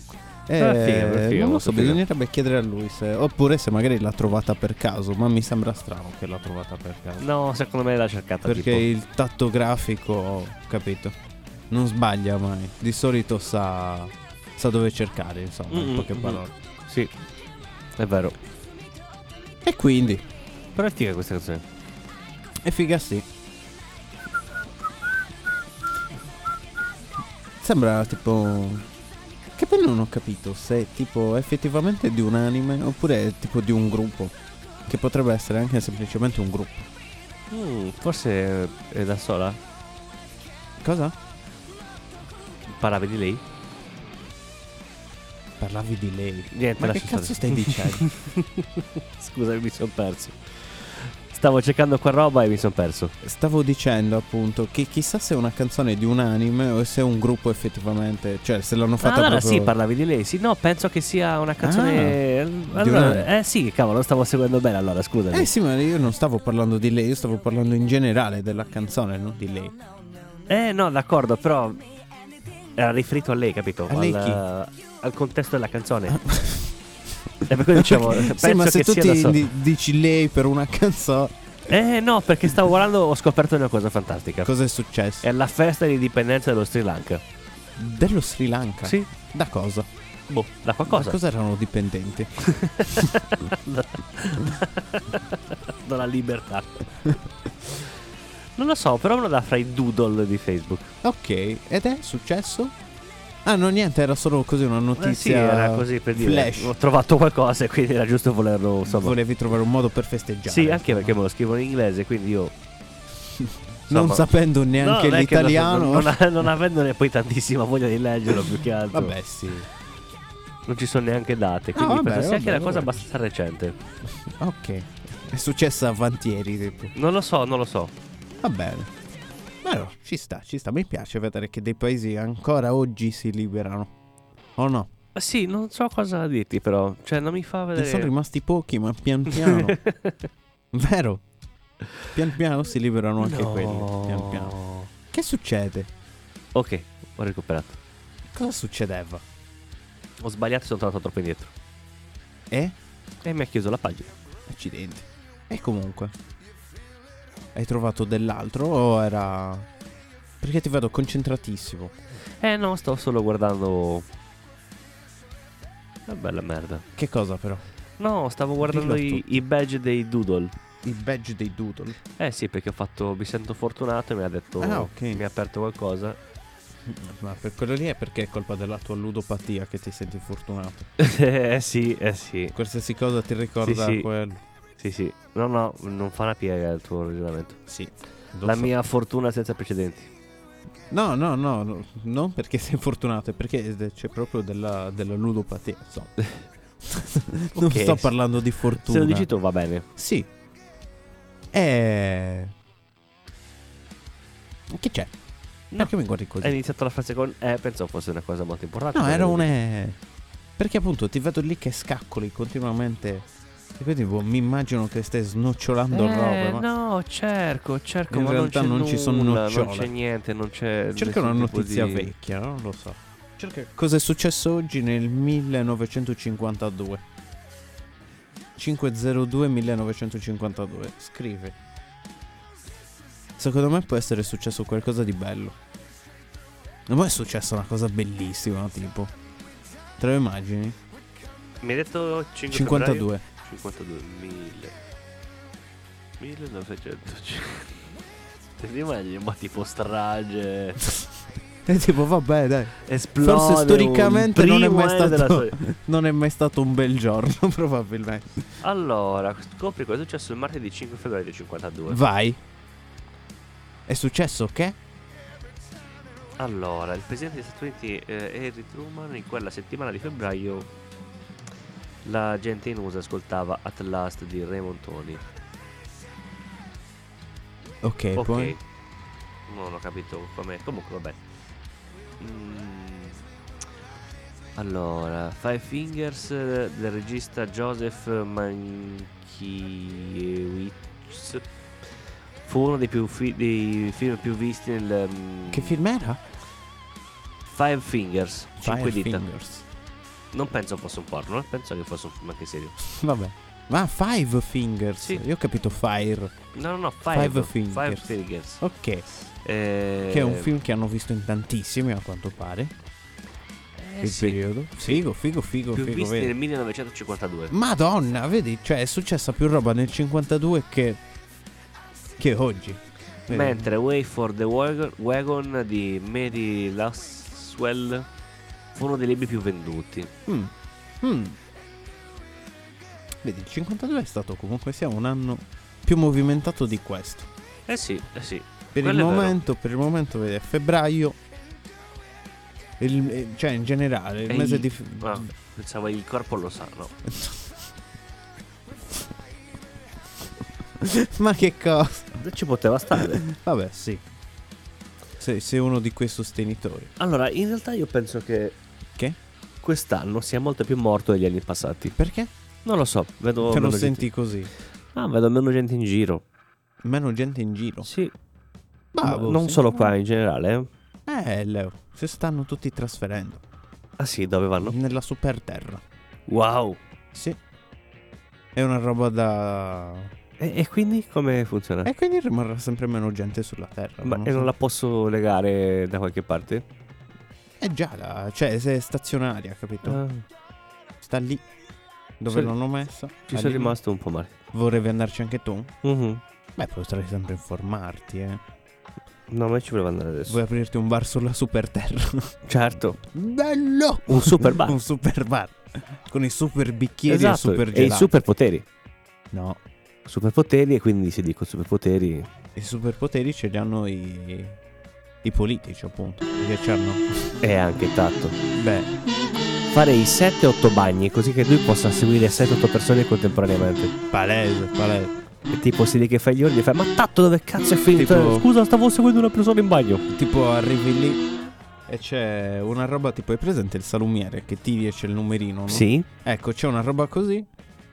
S4: Però è figa, però è
S3: Eh,
S4: figa,
S3: non lo
S4: molto
S3: so,
S4: figa.
S3: bisognerebbe chiedere a lui se, oppure se magari l'ha trovata per caso, ma mi sembra strano che l'ha trovata per caso.
S4: No, secondo me l'ha cercata
S3: Perché
S4: Ah, tipo.
S3: il tatto grafico, ho capito, non sbaglia mai. Di solito sa, sa dove cercare, insomma, in
S4: Mm,
S3: poche
S4: mm,
S3: parole.
S4: Sì. È vero.
S3: E quindi,
S4: Però è figa questa canzone.
S3: E figa sì. Sembra tipo... Che poi non ho capito se tipo effettivamente di un anime oppure tipo di un gruppo. Che potrebbe essere anche semplicemente un gruppo.
S4: Mm, forse è da sola?
S3: Cosa?
S4: Parlava di lei?
S3: Parlavi di lei.
S4: Niente,
S3: Ma che
S4: lascia stare.
S3: cazzo stai dicendo?
S4: Scusami, mi sono perso. Stavo cercando qua roba e mi sono perso.
S3: Stavo dicendo appunto che chissà se è una canzone di un anime o se è un gruppo effettivamente. Cioè, se l'hanno
S4: Ah,
S3: fatta
S4: allora
S3: proprio.
S4: sì, parlavi di lei. Sì, no, penso che sia una canzone.
S3: Ah, di
S4: allora,
S3: una-
S4: Eh sì, cavolo, stavo seguendo bene allora, scusami.
S3: Eh sì, ma io non stavo parlando di lei, io stavo parlando in generale della canzone, non di lei.
S4: Eh no, d'accordo, però era riferito a lei, capito?
S3: A lei
S4: al,
S3: chi?
S4: al contesto della canzone. E per quello dicevo,
S3: Perché-
S4: Diciamo, penso
S3: sì, ma se
S4: che
S3: tu
S4: sia
S3: ti
S4: da solo.
S3: di- dici lei per una canzone,
S4: Eh no, perché stavo guardando, ho scoperto una cosa fantastica.
S3: cosa è successo?
S4: È la festa di dipendenza dello Sri Lanka.
S3: Dello Sri Lanka?
S4: Sì,
S3: Da cosa?
S4: boh, da
S3: Da
S4: qualcosa.
S3: cosa erano dipendenti?
S4: Dalla libertà. non lo so, però me lo dà fra i doodle di Facebook.
S3: ok, ed è successo? Ah no, niente, era solo così una notizia.
S4: Eh sì, era così per dire.
S3: Flash.
S4: Ho trovato qualcosa e quindi era giusto volerlo, insomma.
S3: Volevi trovare un modo per festeggiare.
S4: Sì, anche
S3: insomma.
S4: perché me lo scrivo in inglese, quindi io
S3: Non
S4: insomma-
S3: sapendo
S4: No,
S3: neanche
S4: non è che lo so,
S3: l'italiano.
S4: non, non- non avendone poi tantissima voglia di leggerlo più che altro.
S3: Vabbè, sì.
S4: Non ci sono neanche date, quindi
S3: vabbè,
S4: penso sia anche
S3: vabbè,
S4: una cosa
S3: vabbè.
S4: abbastanza recente.
S3: Ok. È successa avanti ieri, tipo.
S4: Non lo so, non lo so.
S3: Va bene. Ma no, ci sta, ci sta. Mi piace vedere che dei paesi ancora oggi si liberano. O no?
S4: Ma Sì, non so cosa dirti però, cioè non mi fa
S3: Ne sono
S4: vedere...
S3: rimasti pochi, ma pian piano. Vero? Pian piano si liberano anche
S4: No.
S3: quelli. Pian piano. Che succede?
S4: Ok, ho recuperato.
S3: Cosa succedeva?
S4: Ho sbagliato e sono tornato troppo indietro.
S3: Eh?
S4: E mi ha chiuso la pagina.
S3: Accidenti. E comunque. Hai trovato dell'altro o era. Perché ti vedo concentratissimo.
S4: Eh no, sto solo guardando... Che bella merda.
S3: Che cosa però?
S4: No, stavo guardando
S3: Dillo
S4: i, i badge dei doodle.
S3: Il badge dei doodle.
S4: Eh sì, perché ho fatto... mi sento fortunato e mi ha detto...
S3: Ah, ok.
S4: Mi ha aperto qualcosa.
S3: Ma per quello lì è perché è colpa della tua ludopatia che ti senti fortunato.
S4: eh sì, eh sì.
S3: Qualsiasi cosa ti ricorda
S4: Sì, sì.
S3: quello.
S4: Sì, sì. No, no, non fa una piega il tuo ragionamento.
S3: Sì.
S4: La mia fortuna senza precedenti.
S3: No, no, no, no, non perché sei fortunato, è perché c'è proprio della, della ludopatia. Insomma. non
S4: Ok,
S3: sto
S4: se-
S3: parlando di
S4: Se
S3: fortuna.
S4: lo dici tu va bene.
S3: Sì. Eh. Che c'è?
S4: No.
S3: Perché mi guardi così?
S4: Hai iniziato la frase con eh, penso fosse una cosa molto importante.
S3: No, era un. eh, Perché appunto ti vedo lì che scaccoli continuamente. E quindi boh, mi immagino che stai snocciolando robe. Ma...
S4: Eh, no, cerco, cerco,
S3: In
S4: ma
S3: realtà
S4: non, c'è
S3: non ci sono
S4: nulla, Non
S3: nocciole.
S4: c'è niente, non c'è
S3: Cerca una
S4: nessun tipo
S3: notizia
S4: di-
S3: vecchia, non lo so. Cerca cosa è successo oggi nel 1952. 502-1952. Scrivi. Secondo me può essere successo qualcosa di bello. A me è successa una cosa bellissima, tipo. Te lo immagini?
S4: Mi hai detto 5 febbraio?
S3: 52.
S4: 52 1000 1900 Ti immagini ma tipo strage
S3: E tipo, vabbè, dai.
S4: esplode un
S3: storicamente non è
S4: primo
S3: mai
S4: aereo della
S3: stato-
S4: storia.
S3: Non è mai stato un bel giorno, probabilmente.
S4: Allora, scopri cosa è successo il martedì 5 febbraio del 52.
S3: Vai. È successo che?
S4: Allora, il presidente degli Stati Uniti eh, Harry Truman in quella settimana di febbraio la gente in USA ascoltava At Last di Raymond Tony.
S3: Ok,
S4: ok.
S3: poi.
S4: Non ho capito come. Comunque vabbè. Mm. Allora, Five Fingers eh, del regista Joseph Mankiewicz fu uno dei, più fi- dei film più visti nel mm,
S3: Che film era?
S4: Five Fingers, 5
S3: Five
S4: dita.
S3: Fingers.
S4: Non penso fosse un porno, eh, penso che fosse un film anche serio.
S3: Vabbè. Ma Five Fingers.
S4: Sì.
S3: Io ho capito Fire.
S4: No, no, no, Five,
S3: Five Fingers.
S4: Five Fingers.
S3: Ok.
S4: Eh,
S3: Che è un film che hanno visto in tantissimi, a quanto pare.
S4: eh,
S3: il
S4: sì,
S3: periodo. Figo, figo, figo,
S4: più
S3: figo.
S4: visti
S3: vedi.
S4: nel 1952.
S3: Madonna, vedi? Cioè, è successa più roba nel 52 che. che oggi. Vedi?
S4: Mentre Way for the Wagon, Wagon di Mary Laswell fu uno dei libri più venduti.
S3: Mm. Mm. Vedi, il 52 è stato comunque sia un anno più movimentato di questo.
S4: Eh sì, eh sì.
S3: Per il,
S4: Quello è vero.
S3: momento, per il momento, vedi, è febbraio. il- eh, cioè, in generale, il
S4: Ehi,
S3: mese di. fe-
S4: Ah, pensavo il corpo lo sa, no.
S3: Ma che cosa?
S4: Ci poteva stare.
S3: Vabbè, sì. Sei, sei uno di quei sostenitori.
S4: Allora, in realtà io penso che
S3: Che?
S4: quest'anno sia molto più morto degli anni passati.
S3: Perché?
S4: Non lo so, vedo
S3: Te lo
S4: meno
S3: senti così.
S4: gente- Ah, vedo meno gente in giro.
S3: Meno gente in giro.
S4: Sì,
S3: Bravo,
S4: non
S3: sì.
S4: solo qua in generale. eh.
S3: Eh, Leo, si stanno tutti trasferendo
S4: Ah sì, dove vanno?
S3: nella superterra.
S4: Wow.
S3: Sì. È una roba da.
S4: E, e quindi come funziona?
S3: E quindi rimarrà sempre meno gente sulla terra.
S4: Ma,
S3: non
S4: e
S3: so.
S4: non la posso legare da qualche parte?
S3: È già la... cioè, se è stazionaria, capito?
S4: Ah,
S3: Sta lì dove
S4: Sì.
S3: l'hanno messa.
S4: ci
S3: sta
S4: sono
S3: lì.
S4: rimasto un po' male.
S3: Vorrevi andarci anche tu?
S4: Mhm.
S3: Beh, potrai sempre informarti, eh.
S4: No, ma io ci volevo andare adesso.
S3: Vuoi aprirti un bar sulla superterra?
S4: Certo,
S3: Bello!
S4: un super bar.
S3: un super bar. Con i super bicchieri e
S4: esatto,
S3: super
S4: e i
S3: gelati.
S4: superpoteri.
S3: No,
S4: Superpoteri e quindi se dico superpoteri...
S3: i superpoteri ce li hanno i... i politici, appunto. Perché c'hanno...
S4: E anche tatto.
S3: Beh,
S4: Farei 7-8 bagni così che lui possa seguire 7-8 persone contemporaneamente.
S3: palese, palese.
S4: E tipo si lì che fai gli ordini e fai ma tatto dove cazzo è finito? Eh,
S3: Tipo-
S4: Scusa stavo seguendo una persona in bagno.
S3: Tipo arrivi lì e c'è una roba tipo... Hai presente il salumiere che tiri e c'è il numerino, no?
S4: Sì?
S3: Ecco, c'è una roba così,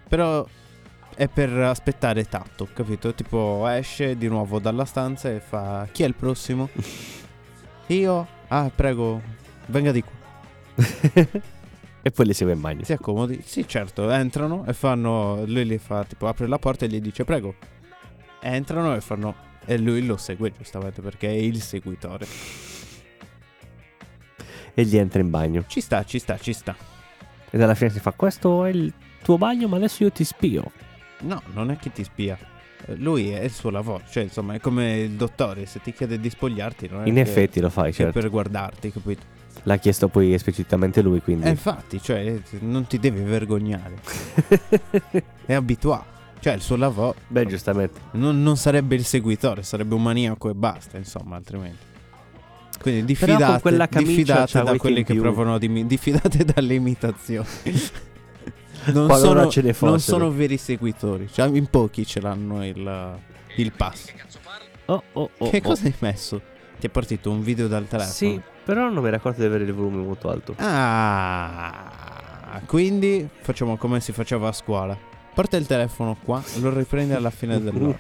S3: però è per aspettare tatto, capito? Tipo esce di nuovo dalla stanza e fa chi è il prossimo? Io? Ah, prego, venga di qua.
S4: E poi li segue in bagno.
S3: Si accomodi. Sì, certo, entrano e fanno lui li fa tipo apre la porta e gli dice "Prego". Entrano e fanno e lui lo segue giustamente perché è il seguitore.
S4: E gli entra in bagno.
S3: Ci sta, ci sta, ci sta.
S4: E dalla fine si fa questo è il tuo bagno ma adesso io ti spio.
S3: No, non è che ti spia. Eh, Lui è il suo lavoro, cioè insomma è come il dottore, se ti chiede di spogliarti non è
S4: In
S3: che-
S4: effetti lo fai,
S3: che
S4: certo.
S3: per guardarti, capito?
S4: L'ha chiesto poi esplicitamente lui, quindi...
S3: E infatti, cioè, non ti devi vergognare. È abituato. Cioè, il suo lavoro
S4: Beh, giustamente.
S3: non, non sarebbe il seguitore, sarebbe un maniaco e basta, insomma, altrimenti. Quindi
S4: Però con
S3: diffidate,
S4: quella camicia
S3: diffidate
S4: c'ha
S3: da
S4: weight
S3: quelli
S4: in
S3: che
S4: più.
S3: provano ad imi- diffidate dalle imitazioni. non,
S4: Qualora
S3: sono,
S4: ce ne fossero.
S3: non sono veri seguitori, cioè, in pochi ce l'hanno il, il pass.
S4: Oh, oh, oh.
S3: che
S4: oh.
S3: cosa hai messo? Ti è partito un video dal telefono?
S4: Sì, però non mi ero accorto di avere il volume molto alto.
S3: Ah, quindi facciamo come si faceva a scuola. Porta il telefono qua, lo riprende alla fine dell'ora.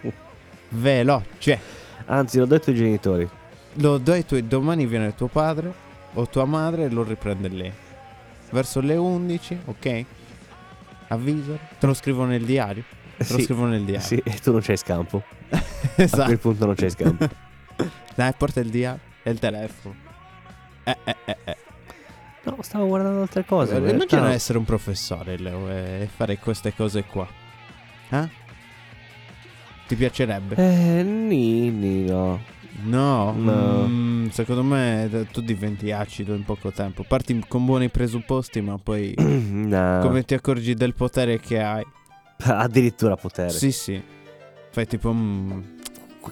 S3: Veloce.
S4: Anzi, l'ho detto ai genitori.
S3: Lo dai tu e domani viene tuo padre o tua madre e lo riprende lei. Verso le 11, ok? Avviso. Te lo scrivo nel diario. Te lo
S4: Sì,
S3: scrivo nel diario.
S4: Sì, e tu non c'hai scampo. A
S3: esatto.
S4: quel punto non c'hai scampo.
S3: Dai, porta il diario e il telefono. Eh, eh, eh, eh.
S4: No, stavo guardando altre cose. in
S3: Eh,
S4: realtà.
S3: Immagina essere un professore Leo, e fare queste cose qua. Eh? Ti piacerebbe?
S4: Eh, ni, ni, no.
S3: No,
S4: No.
S3: mm, secondo me eh, tu diventi acido in poco tempo. Parti con buoni presupposti, ma poi
S4: no.
S3: come ti accorgi del potere che hai?
S4: Addirittura potere.
S3: Sì, sì. Fai tipo... mm,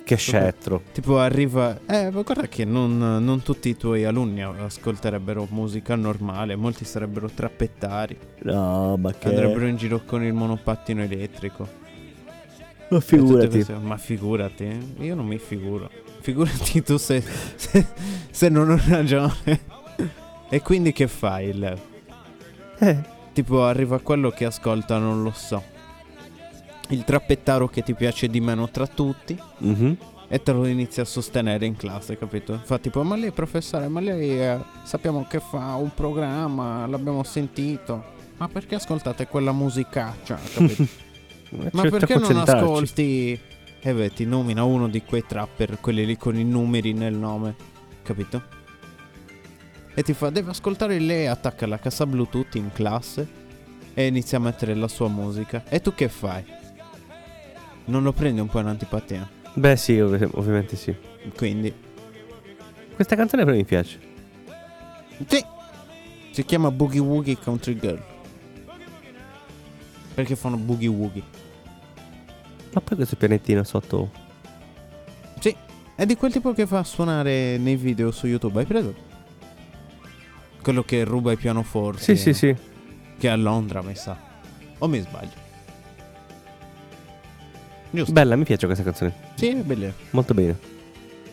S4: Che scettro.
S3: tipo arriva... Eh, ma guarda che non, non tutti i tuoi alunni ascolterebbero musica normale, molti sarebbero trappettari,
S4: No, ma che...
S3: andrebbero in giro con il monopattino elettrico.
S4: Ma
S3: E tutte
S4: figurati.
S3: queste- Ma figurati, eh? io non mi figuro. Figurati tu se, se, se non ho ragione. E quindi che fai? Il...
S4: Eh,
S3: Tipo arriva quello che ascolta, non lo so. Il trappettaro che ti piace di meno tra tutti
S4: mhm.
S3: e te lo inizi a sostenere in classe, capito? Fa tipo, ma lei professore, ma lei eh, sappiamo che fa un programma, l'abbiamo sentito. Ma perché ascoltate quella musicaccia, capito? Ma
S4: C'è da
S3: perché non
S4: concentrarci.
S3: ascolti? E beh, ti nomina uno di quei trapper, quelli lì con i numeri nel nome, capito? E ti fa, devi ascoltare lei, attacca la cassa Bluetooth in classe e inizia a mettere la sua musica. E tu che fai? Non lo prendi un po' in antipatia.
S4: Beh, sì, ov- ovviamente sì.
S3: Quindi,
S4: Questa canzone però mi piace.
S3: sì, si chiama Boogie Woogie Country Girl. Perché fanno boogie woogie.
S4: Ma poi questo pianettino sotto.
S3: Sì, è di quel tipo che fa suonare nei video su YouTube, hai preso? Quello che ruba i pianoforti.
S4: Sì, sì, sì.
S3: Che è a Londra, mi sa. O mi sbaglio? Giusto.
S4: Bella, mi piace questa canzone.
S3: Sì, è bella.
S4: Molto bene.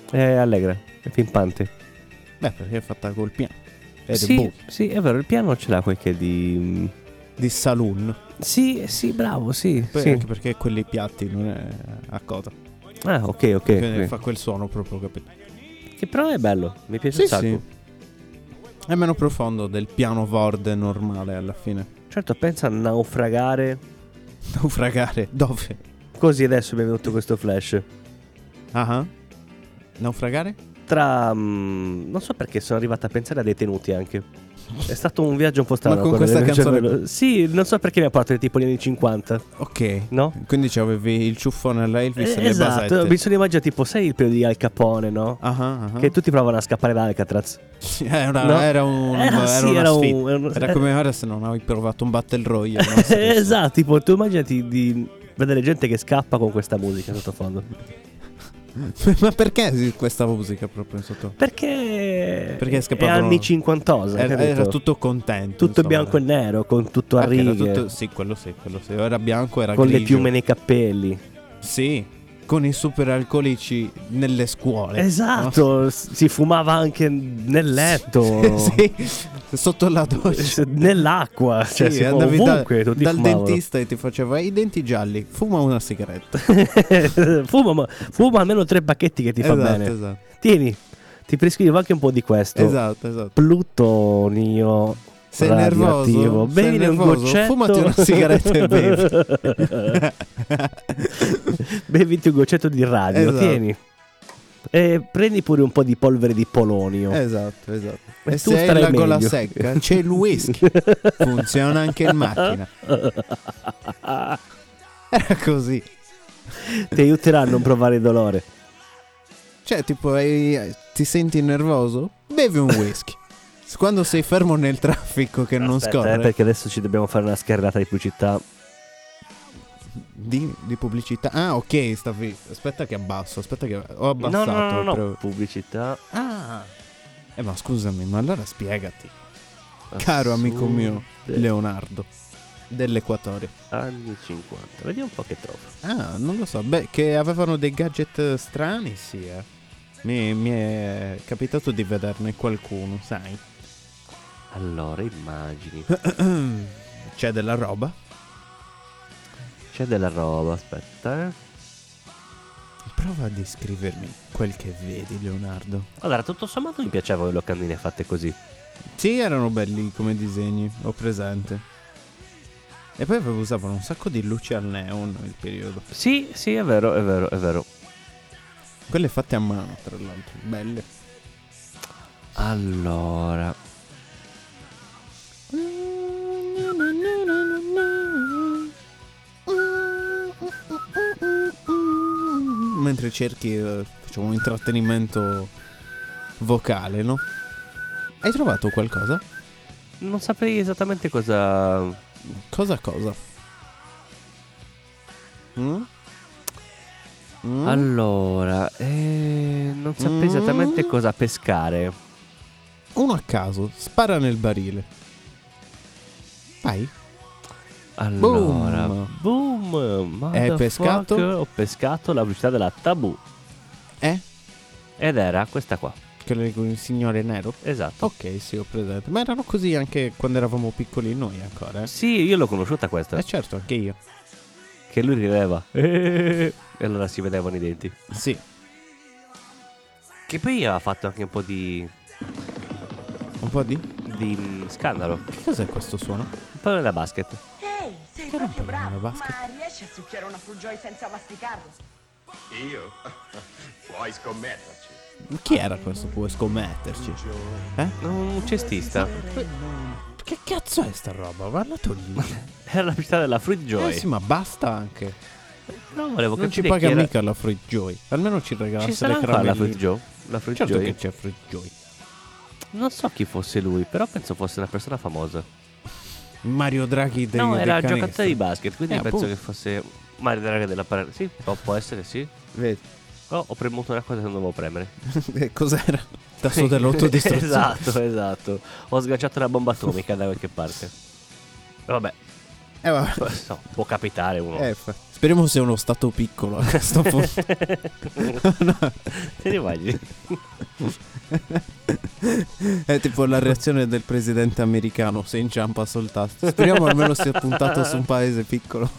S4: È allegra, è pimpante.
S3: Beh, perché è fatta col piano. Ed è
S4: sì,
S3: boh,
S4: sì, è vero, il piano ce l'ha qualche di... mm,
S3: di saloon.
S4: Sì, sì, bravo, sì.
S3: Poi
S4: sì.
S3: Anche perché quelli piatti non è a coda.
S4: Ah, ok, ok.
S3: Quindi
S4: ok.
S3: fa quel suono proprio, capito?
S4: Che però è bello, mi piace
S3: Sì,
S4: un sacco.
S3: sì. È meno profondo del piano vorde normale alla fine.
S4: Certo, pensa a naufragare.
S3: Naufragare. Dove?
S4: Così adesso mi è venuto questo flash.
S3: Ah ah. Naufragare?
S4: Tra... mm, non so perché sono arrivato a pensare a detenuti anche. È stato un viaggio un po' strano.
S3: Ma con
S4: quello del
S3: questa
S4: mio
S3: canzone-
S4: cervello. Sì, non so perché mi ha portato tipo gli anni 50,
S3: Ok.
S4: no?
S3: Quindi ci avevi il ciuffone alla Elvis
S4: Eh,
S3: e le
S4: esatto,
S3: basette.
S4: mi sono immaginato tipo, sai il periodo di Al Capone, no?
S3: Ah ah, ah ah.
S4: Che tutti provano a scappare da Alcatraz.
S3: Sì, Era,
S4: No?
S3: era un...
S4: Era-
S3: Era,
S4: sì,
S3: una
S4: era un-
S3: sfida.
S4: era un- eh.
S3: Era come ora se non avevi provato un battle royale. no?
S4: esatto, tipo, tu immaginati di vedere gente che scappa con questa musica sottofondo.
S3: Ma perché questa musica proprio in sotto?
S4: Perché...
S3: Perché è
S4: Eh, è
S3: scappato-
S4: anni 50.
S3: Era, era tutto contento.
S4: Tutto
S3: insomma.
S4: bianco e nero, con tutto a
S3: Perché era
S4: righe,
S3: tutto- Sì, quello sì, quello sì. Era bianco, era
S4: con le
S3: grigio.
S4: piume nei capelli.
S3: Sì, con i superalcolici nelle scuole.
S4: Esatto, s- si fumava anche nel letto,
S3: No? sì, sotto la doccia.
S4: s- nell'acqua, cioè
S3: Sì,
S4: si fumava
S3: andavi da-
S4: ovunque, tutti
S3: dal
S4: fumavano.
S3: dentista e ti faceva i denti gialli, fuma una sigaretta.
S4: fuma, ma- fuma almeno tre pacchetti che ti fa
S3: esatto,
S4: bene.
S3: esatto,
S4: Tieni, ti prescrivo anche un po' di questo.
S3: esatto, esatto.
S4: Plutonio
S3: Sei
S4: radioattivo.
S3: nervoso? Sei
S4: Bevi un
S3: nervoso?
S4: goccetto.
S3: Fumati una sigaretta e bevi.
S4: Beviti un goccetto di radio,
S3: Esatto.
S4: tieni. E prendi pure un po' di polvere di polonio.
S3: Esatto, esatto.
S4: E
S3: E,
S4: tu
S3: se hai
S4: starai
S3: la gola
S4: meglio.
S3: secca, c'è il whisky. Funziona anche in macchina. Era così.
S4: Ti aiuterà a non provare il dolore.
S3: Cioè, tipo, hai- ti senti nervoso? Bevi un whisky. Quando sei fermo nel traffico che non
S4: Aspetta, eh,
S3: scorre
S4: perché adesso ci dobbiamo fare una scherrata di pubblicità.
S3: di, di pubblicità. Ah, ok, stavi. Aspetta che abbasso, aspetta che ho abbassato.
S4: no, no, no, no.
S3: però-
S4: Pubblicità.
S3: Ah. Eh, ma scusami, ma allora spiegati. Caro amico mio,
S4: Assurde.
S3: Leonardo dell'Equatore.
S4: Anni 50. Vediamo un po' che trovo.
S3: Ah, non lo so. Beh, che avevano dei gadget strani, sì. eh. Mi, mi è capitato di vederne qualcuno, sai.
S4: Allora, immagini.
S3: Eh. C'è della roba.
S4: C'è della roba, aspetta, eh.
S3: Prova a descrivermi quel che vedi, Leonardo.
S4: Allora, tutto sommato mi piacevano le locandine fatte così.
S3: Sì, erano belli come disegni, ho presente. E poi avevo- usavano un sacco di luci al neon nel periodo.
S4: Sì, sì, è vero, è vero, è vero.
S3: Quelle fatte a mano, tra l'altro. Belle.
S4: Allora.
S3: Mentre cerchi, eh, facciamo un intrattenimento vocale, no? Hai trovato qualcosa?
S4: Non saprei esattamente cosa.
S3: Cosa cosa? Mm? Mm?
S4: Allora, eh, non saprei
S3: Mm.
S4: esattamente cosa pescare.
S3: Uno a caso, spara nel barile. Vai.
S4: Allora,
S3: Boom.
S4: boom!
S3: Hai pescato?
S4: motherfucker, Ho pescato la velocità della tabù.
S3: Eh?
S4: Ed era questa qua.
S3: Quello con il signore nero?
S4: Esatto.
S3: Ok, sì, ho presente. Ma erano così anche quando eravamo piccoli noi ancora, eh?
S4: Sì, io l'ho conosciuta questa.
S3: Eh certo, anche io.
S4: Che lui rideva. E allora si vedevano i denti.
S3: Sì.
S4: Che poi aveva fatto anche un po' di.
S3: Un po' di...
S4: di mm, scandalo.
S3: Che cos'è questo suono?
S4: Un po' nella basket.
S5: Ehi, sei
S3: rompere
S5: proprio
S3: le
S5: bravo,
S3: vasche.
S5: ma riesci a succhiare una Fujoy senza masticarla?
S6: Io? Puoi scommetterci.
S3: Ma Chi era questo? Puoi scommetterci. Eh?
S4: Un cestista.
S3: Che cazzo è sta roba? Guarda lì.
S4: Era la pista della Fruit Joy.
S3: Eh sì, ma basta anche.
S4: Però volevo
S3: Non ci
S4: capire
S3: paga
S4: chi era-
S3: mica la Fruit Joy. Almeno ci
S4: Ci
S3: regalasse
S4: sarà
S3: le
S4: ancora la
S3: caramelline.
S4: Fruit Joy? La Fruit
S3: Certo
S4: Joy?
S3: che c'è Fruit Joy.
S4: Non so chi fosse lui, però penso fosse una persona famosa.
S3: Mario Draghi del
S4: no,
S3: del
S4: era
S3: canestro.
S4: giocatore di basket, quindi
S3: Eh,
S4: penso
S3: appunto.
S4: che fosse Mario Draghi della Parera. Sì, può, può essere, sì.
S3: Vedi,
S4: Però ho premuto una cosa che non dovevo premere.
S3: eh, cos'era? Tasto dell'autodistruzione.
S4: esatto, esatto. Ho sganciato una bomba atomica da qualche parte. Vabbè,
S3: Eh, vabbè.
S4: so, può capitare uno.
S3: Eh, fa- Speriamo sia uno stato piccolo a questo punto.
S4: Te ne immagini?
S3: È tipo la reazione del presidente americano se inciampa sul tasto. Speriamo almeno sia puntato su un paese piccolo.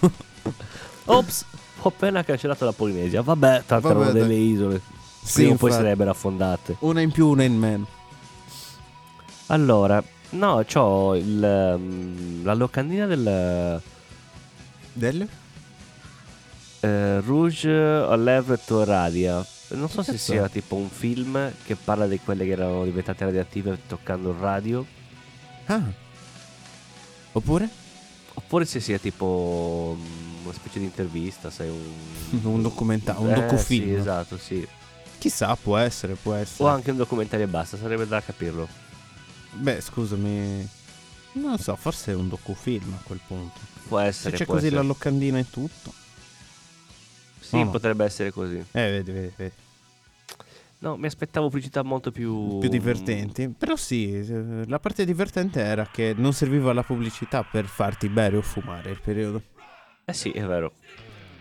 S4: Ops, ho appena cancellato la Polinesia. Vabbè, tanto
S3: Vabbè,
S4: erano
S3: dai.
S4: delle isole.
S3: Sì,
S4: Prima o poi
S3: infatti.
S4: sarebbero affondate.
S3: Una in più, una in meno.
S4: Allora, no, c'ho il, ehm, la locandina del
S3: Delle?
S4: eh, Rouge à Lèvres Toradia. Non so
S3: Che
S4: se
S3: cazzo
S4: sia
S3: è?
S4: tipo un film che parla di quelle che erano diventate radioattive toccando il radio.
S3: Ah. Oppure?
S4: Oppure se sia tipo mm, una specie di intervista, sai, un,
S3: Un documenta- un
S4: Eh,
S3: docufilm.
S4: Sì, esatto, sì.
S3: Chissà, può essere, può essere.
S4: O anche un documentario e basta, sarebbe da capirlo.
S3: Beh, scusami. Non so, forse è un docufilm a quel punto.
S4: Può
S3: Se
S4: essere.
S3: c'è
S4: può
S3: così la Ah.
S4: essere.
S3: locandina e tutto.
S4: Sì,
S3: No, no.
S4: potrebbe essere così.
S3: Eh, vedi, vedi, vedi.
S4: No, mi aspettavo pubblicità molto più.
S3: Più divertenti. Però sì, eh, la parte divertente era che non serviva la pubblicità per farti bere o fumare il periodo.
S4: Eh sì, è vero.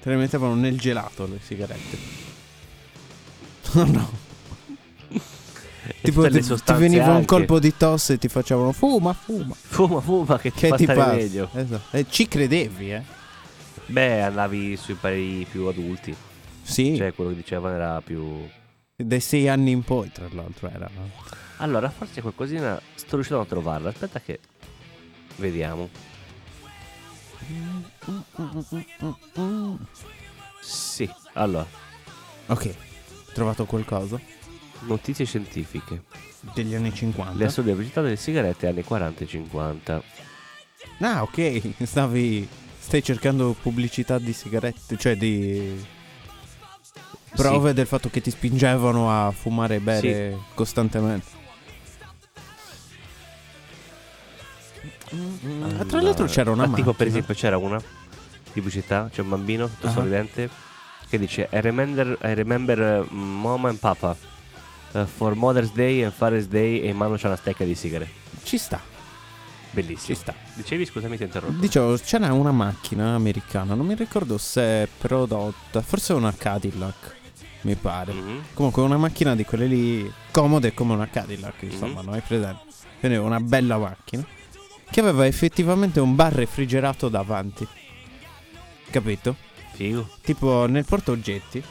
S3: Te le mettevano nel gelato le sigarette. No, no.
S4: tutte
S3: Tipo,
S4: le
S3: ti, ti
S4: sostanze
S3: veniva un
S4: anche.
S3: colpo di tosse e ti facevano fuma, fuma.
S4: Fuma, fuma, che ti
S3: Che
S4: fa
S3: ti
S4: stare
S3: passa?
S4: meglio.
S3: Esatto. E ci credevi, eh?
S4: Beh, andavi sui pari più adulti.
S3: Sì.
S4: Cioè, quello che dicevano era più.
S3: Dai sei anni in poi, tra l'altro, era.
S4: Allora, forse qualcosina. Sto riuscendo a trovarla. Aspetta, che. Vediamo. Mm. Sì, allora.
S3: Ok, trovato qualcosa?
S4: Notizie scientifiche.
S3: Degli anni 50.
S4: Le assurde pubblicità delle sigarette anni 40 e 50.
S3: Ah, ok, stavi... Stai cercando pubblicità di sigarette, cioè di... Prove del fatto che ti spingevano a fumare e bere costantemente. Ah, tra l'altro c'era una
S4: Mm, Ma Tipo, per
S3: macchina.
S4: esempio, c'era una di pubblicità. C'è un bambino tutto
S3: Ah.
S4: sorridente che dice: I remember, I remember uh, mom and papa. uh, for Mother's Day and Father's Day e in mano c'è una stecca di sigarette.
S3: Ci sta.
S4: Bellissimo.
S3: Ci sta.
S4: Dicevi, scusami, ti ho interrotto.
S3: Dicevo, c'era una macchina americana, non mi ricordo se è prodotta, forse una Cadillac, mi pare.
S4: Mhm.
S3: Comunque una macchina di quelle lì comode come una Cadillac, insomma,
S4: Mhm.
S3: non hai presente? Quindi una bella macchina che aveva effettivamente un bar refrigerato davanti. Capito?
S4: Figo.
S3: Tipo nel portaoggetti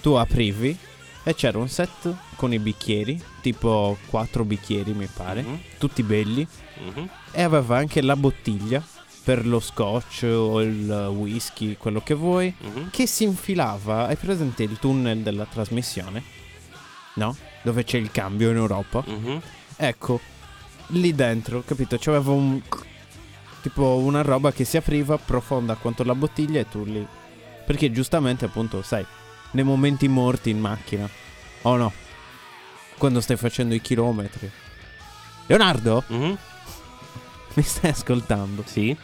S3: tu aprivi e c'era un set con i bicchieri, tipo quattro bicchieri mi pare,
S4: Mhm.
S3: tutti belli
S4: Mhm.
S3: e aveva anche la bottiglia per lo scotch o il whisky, quello che vuoi
S4: Mhm.
S3: che si infilava, hai presente il tunnel della trasmissione? No? Dove c'è il cambio in Europa?
S4: Mhm.
S3: Ecco, lì dentro, capito? C'aveva un... tipo una roba che si apriva profonda quanto la bottiglia e tu lì... Perché giustamente appunto, sai, nei momenti morti in macchina, o no? Quando stai facendo i chilometri. Leonardo,
S4: Mhm.
S3: mi stai ascoltando?
S4: Sì.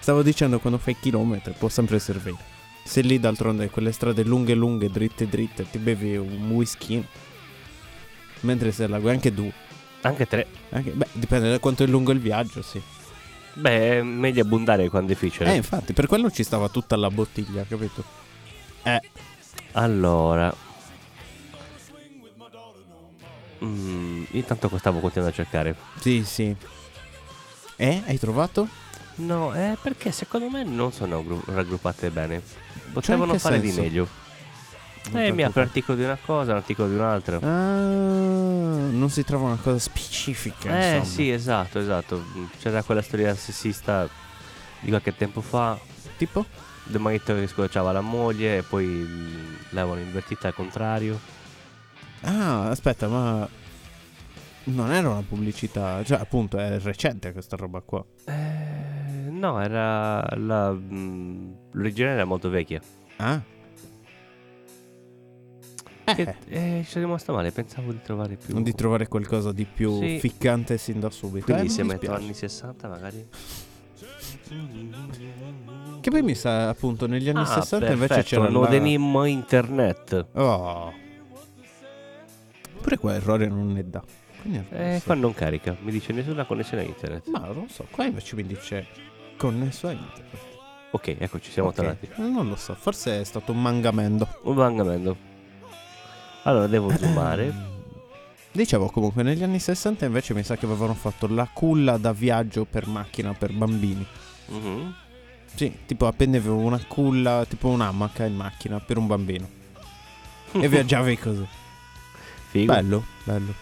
S3: Stavo dicendo quando fai chilometri può sempre servire. Se lì d'altronde quelle strade lunghe lunghe, dritte dritte, ti bevi un whisky. Mentre se la guai anche due.
S4: Anche tre.
S3: Anche- beh, dipende da quanto è lungo il viaggio, sì.
S4: Beh, è meglio abbondare quando è difficile.
S3: Eh, infatti, per quello ci stava tutta la bottiglia, capito? Eh,
S4: Allora. Mm, io intanto qua stavo continuando a cercare.
S3: sì, sì. Eh, hai trovato?
S4: No, eh, perché secondo me non sono gru- raggruppate bene. Potevano
S3: Cioè, che
S4: fare di
S3: senso?
S4: meglio.
S3: Non Eh,
S4: eh, mi apre
S3: preoccupare.
S4: un articolo di una cosa, un articolo di un'altra.
S3: Ah, non si trova una cosa specifica,
S4: eh,
S3: insomma.
S4: sì, esatto, esatto. C'era quella storia sessista di qualche tempo fa.
S3: Tipo?
S4: del marito che scocciava la moglie e poi mm, l'avevano invertita al contrario.
S3: Ah, aspetta, ma... Non era una pubblicità, cioè appunto è recente questa roba qua.
S4: Eh, no, era la, mm, l'originale era molto vecchia.
S3: Ah.
S4: Che- eh, ci sono rimasto male, pensavo di trovare più.
S3: Non di trovare qualcosa di più
S4: Sì.
S3: ficcante sin da subito.
S4: Quindi
S3: Eh,
S4: se
S3: mi
S4: metto
S3: dispiace.
S4: anni 60 magari.
S3: Che poi mi sa, appunto, negli anni
S4: Ah,
S3: 60 invece
S4: perfetto,
S3: c'era
S4: lo
S3: la...
S4: denimmo internet.
S3: Oh. Pure qua errore non ne dà. Quindi
S4: Eh,
S3: adesso-
S4: qua non carica, mi dice nessuna connessione a internet.
S3: Ma non so, qua invece mi dice connesso a internet.
S4: Ok, eccoci, siamo
S3: Ok,
S4: tornati.
S3: Eh, Non lo so, forse è stato un mangamento.
S4: Un mangamento. Allora, devo zoomare.
S3: Mm. Dicevo comunque, negli anni 60 invece mi sa che avevano fatto la culla da viaggio per macchina per bambini.
S4: Mhm.
S3: Sì, tipo appendevo una culla, tipo un'amaca in macchina per un bambino. E viaggiavi così.
S4: Figo.
S3: Bello, bello.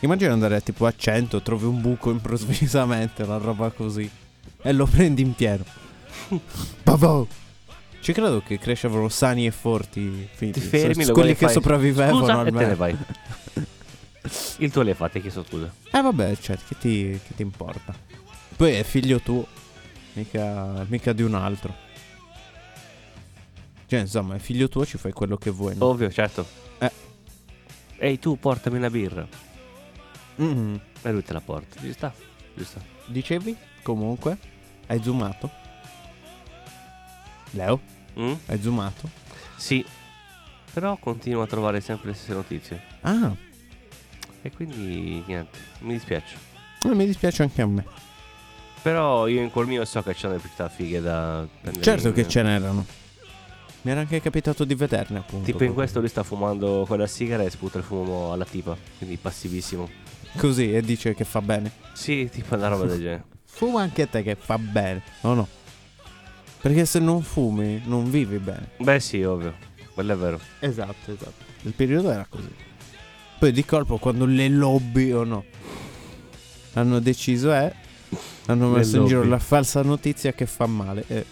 S3: Immagina andare tipo a 100, trovi un buco improvvisamente, una roba così. E lo prendi in pieno. Babò! Ci credo che crescevano sani e forti. figli.
S4: Ti fermi,
S3: S-
S4: lo guardi
S3: quelli
S4: e
S3: che
S4: fai,
S3: sopravvivevano
S4: Scusa, e
S3: almeno.
S4: te ne vai. Il tuo le fa, ti chiesto scusa.
S3: Eh vabbè, cioè, che ti, che ti importa? Poi è figlio tuo, mica, mica di un altro. Cioè, insomma, è figlio tuo, ci fai quello che vuoi. no?
S4: Ovvio, certo.
S3: Eh.
S4: Ehi, tu portami una birra.
S3: Mm.
S4: E lui te la porta. Ci sta, ci sta.
S3: Dicevi, comunque, hai zoomato? Leo,
S4: Mm?
S3: hai zoomato?
S4: Sì. Però continuo a trovare sempre le stesse notizie.
S3: Ah,
S4: E quindi niente, mi dispiace.
S3: eh, mi dispiace anche a me.
S4: Però io in cuor mio so che c'è una città fighe da prendere
S3: Certo
S4: in-
S3: che ce n'erano. Mi era anche capitato di vederne, appunto.
S4: Tipo in questo lui sta fumando quella sigara e sputa il fumo alla tipa, quindi passivissimo.
S3: Così, e dice che fa bene.
S4: Sì, tipo una roba del genere.
S3: Fuma anche te che fa bene, o no? Perché se non fumi, non vivi bene.
S4: Beh sì, ovvio, quello è vero.
S3: Esatto, esatto. Il periodo era così. Poi di colpo quando le lobby o no hanno deciso eh, hanno
S4: Le
S3: messo in giro
S4: lobby.
S3: la falsa notizia che fa male. E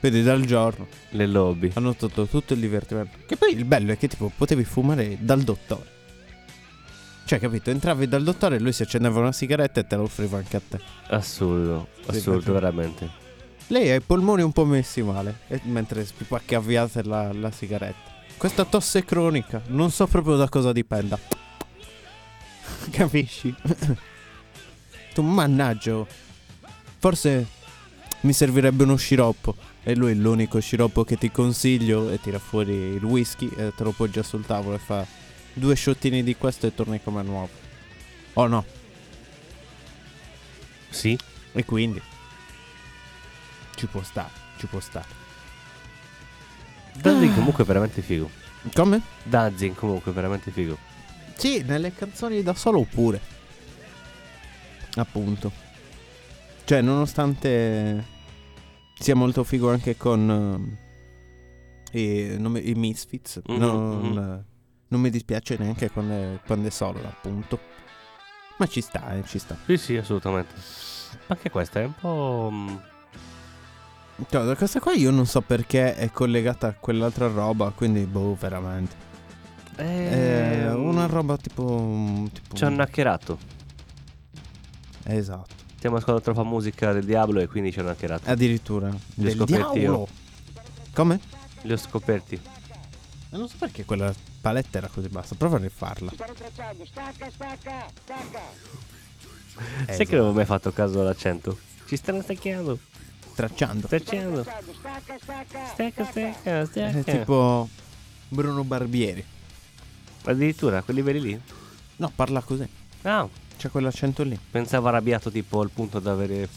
S3: vedi dal giorno
S4: Le lobby.
S3: hanno tolto tutto il divertimento. Che poi il bello è che tipo potevi fumare dal dottore. Cioè, capito? Entravi dal dottore e lui si accendeva una sigaretta e te la offriva anche a te.
S4: Assurdo,
S3: Sì,
S4: assurdo,
S3: perché-
S4: veramente.
S3: Lei ha i polmoni un po' messi male e- mentre spipacchiaviate la, la sigaretta. Questa tosse cronica, non so proprio da cosa dipenda. Capisci? tu mannaggio. Forse mi servirebbe uno sciroppo. E lui è l'unico sciroppo che ti consiglio e tira fuori il whisky e te lo poggia sul tavolo e fa due sciottini di questo e torni come nuovo. Oh no.
S4: Sì?
S3: E quindi ci può stare, ci può stare.
S4: Danzig comunque è veramente figo.
S3: Come?
S4: Danzig comunque è veramente figo.
S3: Sì, nelle canzoni da solo oppure. Appunto. Cioè, nonostante sia molto figo anche con ehm, i, non mi- i Misfits,
S4: Mhm,
S3: non,
S4: mhm.
S3: non mi dispiace neanche quando è, quando è solo, appunto. Ma ci sta, eh, ci sta.
S4: Sì, sì, assolutamente. Anche questa è un po'... mm,
S3: Cioè, da questa qua io non so perché è collegata a quell'altra roba, quindi boh, veramente.
S4: Eh,
S3: È una
S4: mm,
S3: roba tipo... tipo
S4: Ci hanno hackerato.
S3: Esatto.
S4: Stiamo ascoltando troppa musica del diavolo e quindi ci hanno hackerato.
S3: Addirittura. Del
S4: scoperti io.
S3: diavolo. Come?
S4: Li ho scoperti.
S3: Eh, Non so perché quella paletta era così bassa, prova a rifarla.
S4: Sai che non avevo mai fatto caso all'accento? Ci stanno stacchiando.
S3: Tracciando.
S4: Stacchiando. Stacca, stacca,
S3: È
S4: stacca.
S3: tipo Bruno Barbieri.
S4: Addirittura, quei livelli lì?
S3: No, parla così.
S4: Ah,
S3: C'è quell'accento lì.
S4: pensavo arrabbiato tipo al punto da avere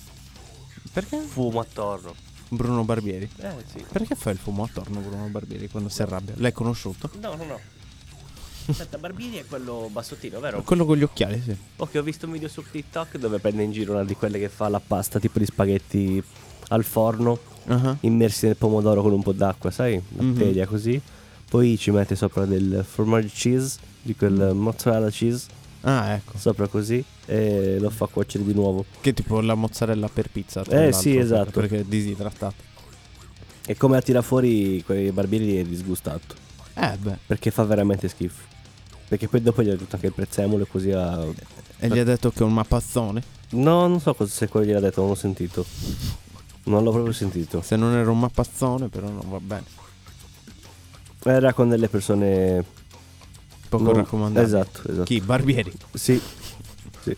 S3: Perché?
S4: fumo attorno.
S3: Bruno Barbieri.
S4: Eh sì.
S3: Perché fa il fumo attorno Bruno Barbieri quando si arrabbia? L'hai conosciuto?
S4: No, no, no. Aspetta, Barbini è quello bassottino, vero?
S3: Quello con gli occhiali, sì.
S4: Ok, ho visto un video su TikTok dove prende in giro una di quelle che fa la pasta tipo di spaghetti al forno
S3: Ah,
S4: immersi nel pomodoro con un po' d'acqua, sai? La
S3: Mhm.
S4: teglia così. Poi ci mette sopra del formaggio cheese, di
S3: Mm.
S4: quel mozzarella cheese,
S3: Ah, ecco.
S4: sopra così e lo fa cuocere di nuovo.
S3: Che tipo la mozzarella per pizza. tra
S4: Eh,
S3: l'altro, cioè,
S4: sì, esatto.
S3: Perché è disidratata.
S4: E come la tira fuori quei barbieri lì è disgustato,
S3: Eh, beh.
S4: perché fa veramente schifo. Perché poi dopo gli ha detto anche il prezzemolo e così a...
S3: E gli ha detto che è un mappazzone.
S4: No, non so cosa, se quello gliel'ha detto, non l'ho sentito. Non l'ho proprio sentito.
S3: Se non era un mappazzone, però non va bene.
S4: Era con delle persone...
S3: Poco
S4: non-
S3: raccomandabile.
S4: Esatto, esatto.
S3: Chi? Barbieri.
S4: Sì. Sì.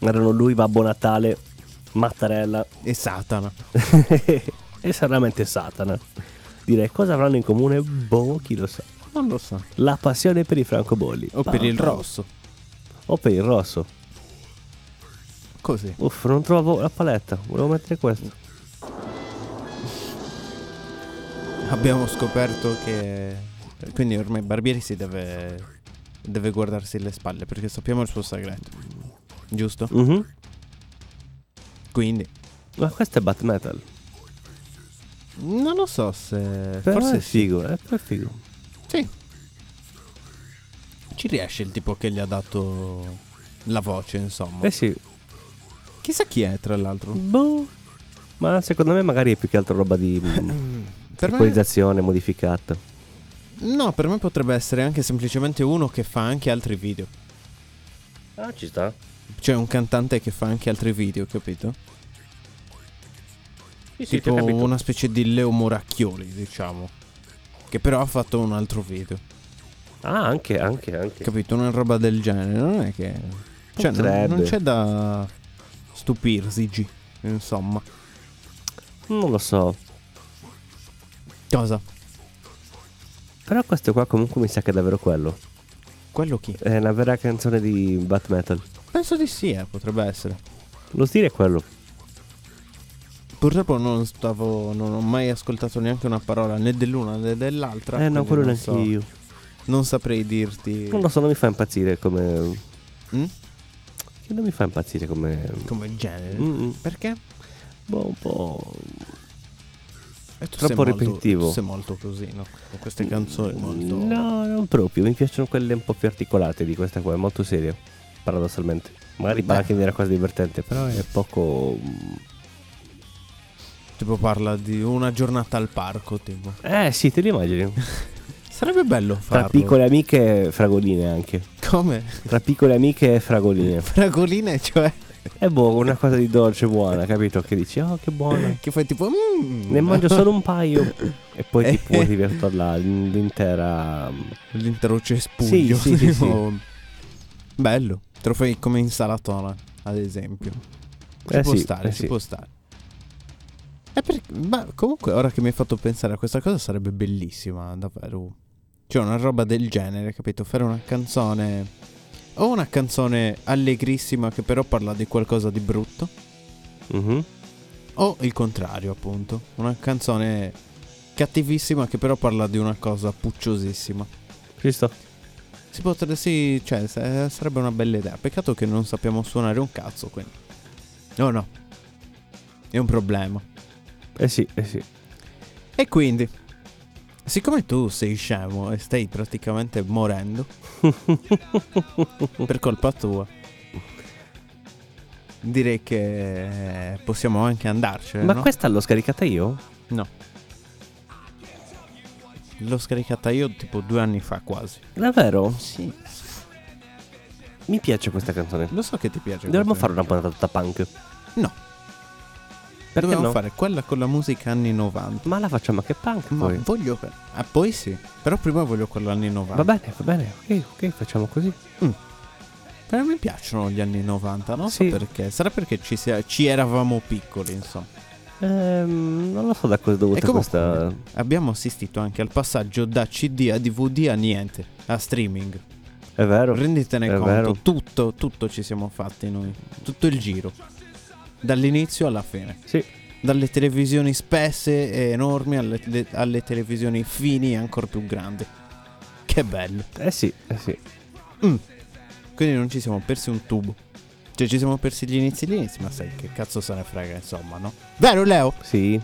S4: Erano lui, Babbo Natale Mattarella
S3: E Satana.
S4: e sicuramente Satana. Direi cosa avranno in comune? Boh, chi lo sa.
S3: Non lo so. Ah.
S4: La passione per i francobolli.
S3: O per
S4: Pam,
S3: il
S4: pam.
S3: rosso.
S4: O per il rosso.
S3: Così.
S4: Uff, non trovo la paletta. Volevo mettere questo.
S3: Abbiamo scoperto che... Quindi ormai Barbieri si deve... Deve guardarsi le spalle perché sappiamo il suo segreto. Giusto?
S4: Mhm.
S3: Quindi...
S4: Ma questo è Bat Metal.
S3: Non lo so se...
S4: Però
S3: forse
S4: è figo, eh, però è figo.
S3: Sì. Ci riesce il tipo che gli ha dato la voce, insomma.
S4: Eh sì.
S3: Chissà chi è, tra l'altro.
S4: Boh. Ma secondo me magari è più che altro roba di
S3: Per me,
S4: equalizzazione modificata.
S3: no, per me potrebbe essere anche semplicemente uno che fa anche altri video.
S4: Ah, ci sta.
S3: Cioè un cantante che fa anche altri video, capito?
S4: Sì,
S3: tipo una specie di Leo Moracchioli, diciamo. Che però ha fatto un altro video.
S4: Ah, anche, anche, anche.
S3: Capito? Una roba del genere. Non è che... Cioè, non- non,
S4: Potrebbe.
S3: c'è da stupirsi, G. Insomma.
S4: non lo so.
S3: Cosa?
S4: Però questo qua comunque mi sa che è davvero quello.
S3: Quello chi?
S4: È una vera canzone di Bat Metal.
S3: Penso di sì, eh, potrebbe essere.
S4: Lo stile è quello.
S3: Purtroppo non stavo. non ho mai ascoltato neanche una parola né dell'una né dell'altra.
S4: eh no,
S3: quindi
S4: quello
S3: non
S4: neanche
S3: so-
S4: io.
S3: Non saprei dirti.
S4: Non lo so, non mi fa impazzire come...
S3: Mm?
S4: Che non mi fa impazzire come...
S3: Come genere.
S4: Mm, mm.
S3: Perché?
S4: Boh, un po'...
S3: Eh, tu
S4: Troppo
S3: sei molto-
S4: ripetitivo. Mm,
S3: tu sei molto così, no? Con queste canzoni molto.
S4: No, non proprio. Mi piacciono quelle un po' più articolate di questa qua. È molto seria, paradossalmente. Magari parla anche di una cosa divertente, però è poco...
S3: Tipo parla di una giornata al parco, tipo.
S4: Eh sì, te li immagini.
S3: Sarebbe bello
S4: Tra
S3: farlo.
S4: piccole amiche e fragoline anche.
S3: Come?
S4: Tra piccole amiche e fragoline.
S3: Fragoline, cioè.
S4: E boh, una cosa di dolce buona, capito? Che dici, oh che buona.
S3: Che fai tipo. mm,
S4: Ne mangio solo un paio. E poi
S3: Eh.
S4: ti puoi divertire là, l'intera...
S3: L'intero cespuglio.
S4: Sì, sì, sì,
S3: tipo. Bello. Te lo fai come insalatona, ad esempio. Ci
S4: Eh
S3: può
S4: sì,
S3: stare,
S4: eh
S3: ci
S4: sì.
S3: può stare. Eh, perché- ma comunque, ora che mi hai fatto pensare a questa cosa, sarebbe bellissima, davvero. Cioè, una roba del genere, capito? Fare una canzone. O una canzone allegrissima che però parla di qualcosa di brutto.
S4: Mhm.
S3: O il contrario, appunto. Una canzone cattivissima che però parla di una cosa pucciosissima.
S4: Ci sto.
S3: Si potrebbe, sì, cioè, sa- sarebbe una bella idea. Peccato che non sappiamo suonare un cazzo, quindi. No, no. È un problema.
S4: Eh sì, eh sì.
S3: E quindi, siccome tu sei scemo e stai praticamente morendo, per colpa tua, direi che possiamo anche andarcene,
S4: Ma
S3: no?
S4: questa l'ho scaricata io?
S3: No. L'ho scaricata io tipo due anni fa quasi.
S4: Davvero?
S3: Sì.
S4: Mi piace questa canzone.
S3: Lo so che ti piace.
S4: Dovremmo
S3: questa-
S4: fare una puntata tutta punk.
S3: No.
S4: Perché
S3: Dovevamo
S4: no?
S3: fare quella con la musica anni 90.
S4: Ma la facciamo anche punk
S3: Ma
S4: poi.
S3: voglio... que- Ah, poi sì. Però prima voglio quella anni 90.
S4: Va bene, va bene. Ok, ok, facciamo così.
S3: Però mi piacciono gli anni 90, non
S4: Sì.
S3: so perché. Sarà perché ci, sia- ci eravamo piccoli, insomma.
S4: Ehm, non lo so da cosa è
S3: E
S4: dovuta
S3: comunque
S4: questa.
S3: abbiamo assistito anche al passaggio da CD a DVD a niente, a streaming.
S4: È vero.
S3: Renditene
S4: è
S3: conto,
S4: vero.
S3: tutto, tutto ci siamo fatti noi, tutto il giro, dall'inizio alla fine.
S4: Sì.
S3: Dalle televisioni spesse e enormi alle, le- alle televisioni fini e ancora più grandi. Che bello.
S4: Eh sì, eh sì.
S3: Mm. Quindi non ci siamo persi un tubo. Cioè ci siamo persi gli inizi gli inizi, ma sai che cazzo se ne frega insomma, no? Vero Leo?
S4: Sì.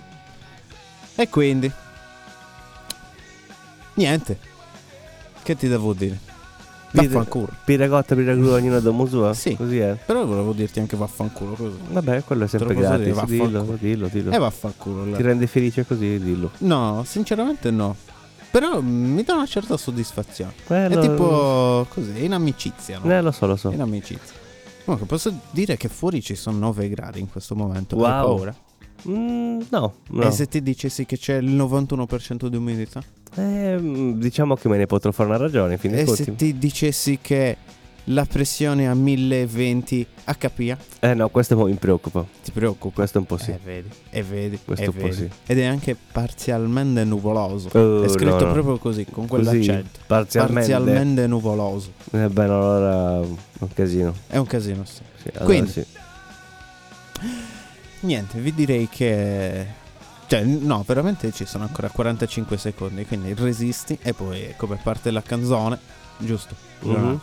S3: E quindi... Niente. Che ti devo dire?
S4: Pire-
S3: Vaffanculo.
S4: Piragotta, piraglu, ognuno da musua.
S3: Sì.
S4: Così è.
S3: Però volevo dirti anche vaffanculo così.
S4: Vabbè, quello è sempre
S3: Te lo posso dire,
S4: gratis. Dillo,
S3: vaffanculo.
S4: dillo, dillo.
S3: E vaffanculo Leo.
S4: Ti rende felice così, dillo.
S3: No, sinceramente no. Però mm, mi dà una certa soddisfazione.
S4: Eh,
S3: È
S4: lo-
S3: tipo così, in amicizia, no?
S4: Eh, lo so, lo so.
S3: In amicizia. Comunque posso dire che fuori ci sono 9 gradi in questo momento.
S4: Wow.
S3: Hai paura?
S4: Mm, no, no.
S3: E Eh, se ti dicessi che c'è il 91% di umidità?
S4: Eh, mm,
S3: Eh,
S4: Ehm, diciamo che me ne potrò fare una ragione. in fin dei
S3: e
S4: conti.
S3: se ti dicessi che la pressione a 1020 HP.
S4: Eh no, questo mo mi preoccupa.
S3: Ti preoccupa?
S4: Questo un po' sì.
S3: Eh, vedi, e vedi,
S4: Questo
S3: e
S4: un po'
S3: vedi.
S4: sì.
S3: Ed è anche parzialmente nuvoloso.
S4: Oh,
S3: è scritto
S4: no, no.
S3: proprio così, con
S4: Così,
S3: quell'accento.
S4: parzialmente.
S3: Parzialmente nuvoloso.
S4: Eh beh, no, allora un casino.
S3: È un casino, sì.
S4: Sì, allora
S3: Quindi.
S4: sì.
S3: Niente, vi direi che... Cioè, no, veramente ci sono ancora 45 secondi, quindi resisti e poi come parte la canzone, giusto?
S4: Mhm.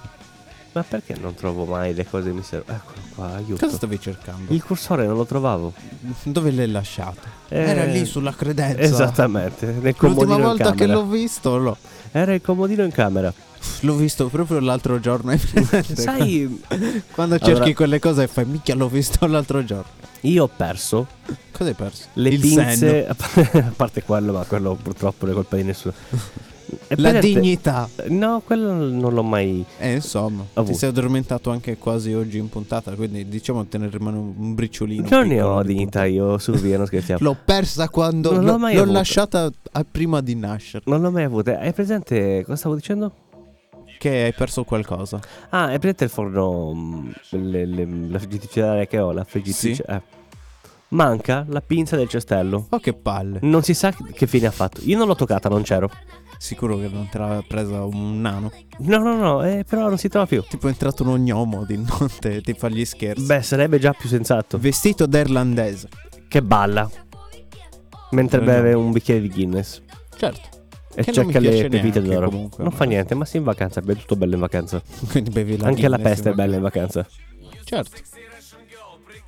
S4: Ma perché non trovo mai le cose che mi servono? Eccolo qua, aiuto.
S3: Cosa stavi cercando?
S4: Il cursore non lo trovavo.
S3: Dove l'hai lasciato?
S4: Eh,
S3: Era lì sulla credenza.
S4: Esattamente, nel comodino
S3: Eh, L'ultima
S4: in
S3: volta che
S4: camera.
S3: l'ho visto, l'ho,
S4: Era il comodino in camera.
S3: l'ho visto proprio l'altro giorno. hai presente?
S4: Sai,
S3: Quando cerchi
S4: Allora-
S3: quelle cose e fai minchia l'ho visto l'altro giorno.
S4: io ho perso
S3: Cosa hai perso?
S4: le
S3: Il senno,
S4: pinze, a parte quello, ma quello purtroppo non è colpa di nessuno. E
S3: la
S4: per te-
S3: dignità.
S4: No, quello non l'ho mai.
S3: E Eh, insomma,
S4: Avuto.
S3: ti sei addormentato anche quasi oggi in puntata, quindi diciamo te ne rimane un un briciolino.
S4: Non ne
S3: piccolo
S4: ho
S3: di
S4: dignità
S3: puntata.
S4: io, su via, non scherziamo.
S3: L'ho persa quando
S4: Non l'ho
S3: l'ho,
S4: mai
S3: l'ho
S4: avuta.
S3: lasciata a- prima di nascere.
S4: Non l'ho mai avuta. Hai presente cosa stavo dicendo?
S3: Che hai perso qualcosa.
S4: Ah, hai presente il forno. mh, le- le- la friggitrice che ho, la friggitrice. eh. Manca la pinza del cestello.
S3: Oh che palle.
S4: Non si sa che fine ha fatto. Io non l'ho toccata, non c'ero.
S3: Sicuro che non te l'aveva presa un nano.
S4: No, no, no, eh, però non si trova più.
S3: Tipo è entrato un ognomo di notte, ti fa gli scherzi.
S4: Beh, sarebbe già più sensato.
S3: Vestito da irlandese.
S4: Che balla. Mentre
S3: Eh,
S4: beve un bicchiere di Guinness.
S3: Certo.
S4: E
S3: Che non mi
S4: cerca
S3: piace
S4: le pepite
S3: neanche,
S4: d'oro.
S3: comunque,
S4: non
S3: ma-
S4: fa niente, ma si in vacanza. È tutto bello in vacanza.
S3: Quindi bevi la
S4: Anche la
S3: Guinness,
S4: peste è
S3: ma-
S4: bella in vacanza.
S3: Certo.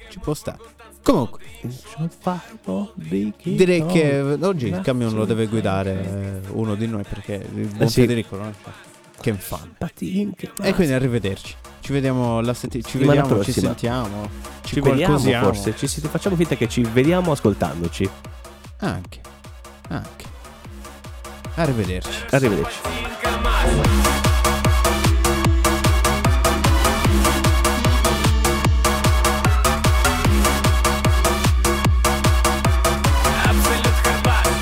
S3: Ci può stare. Comunque, direi
S4: Direi
S3: che oggi il camion lo deve guidare eh, uno di noi perché il buon
S4: Eh sì.
S3: Federico non è qua. Che fan. E quindi arrivederci. Ci vediamo la setti- ci
S4: Settimana
S3: vediamo, ci
S4: prossima.
S3: sentiamo. Ci,
S4: ci vediamo
S3: qualcosiamo.
S4: forse. Ci, si- facciamo finta che ci vediamo ascoltandoci.
S3: Anche. Anche. Arrivederci.
S4: Arrivederci.
S7: Абсолют хабар,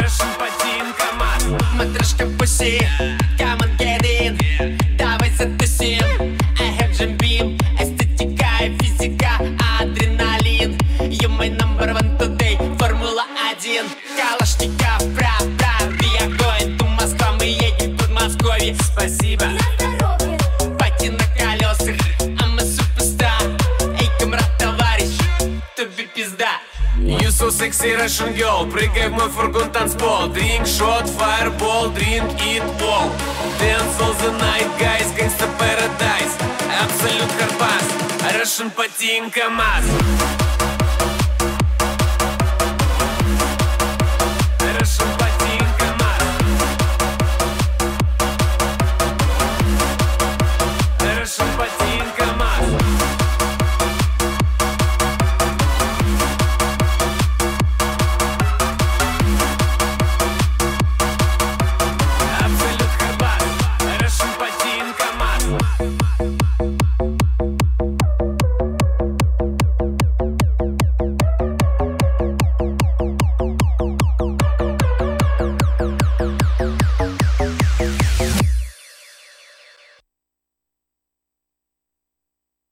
S7: Russian КамАЗ Матрешка пусі, come and get in Давай затусим, I have Jim Beam Естетика и физика, адреналин You my number one today, Формула 1 Калашников, бра, бра, we are going to Москва Мы едем в Подмосковье, спасибо Пати на колесах, а мы суперстар Эй, камрад, товарищ, тебе пизда
S2: You so sexy Russian girl Прыгай в мой фургон танцпол Drink shot, fireball, drink it all Dance all the night, guys Gangsta paradise Абсолют Карпас Russian Patin КамАЗ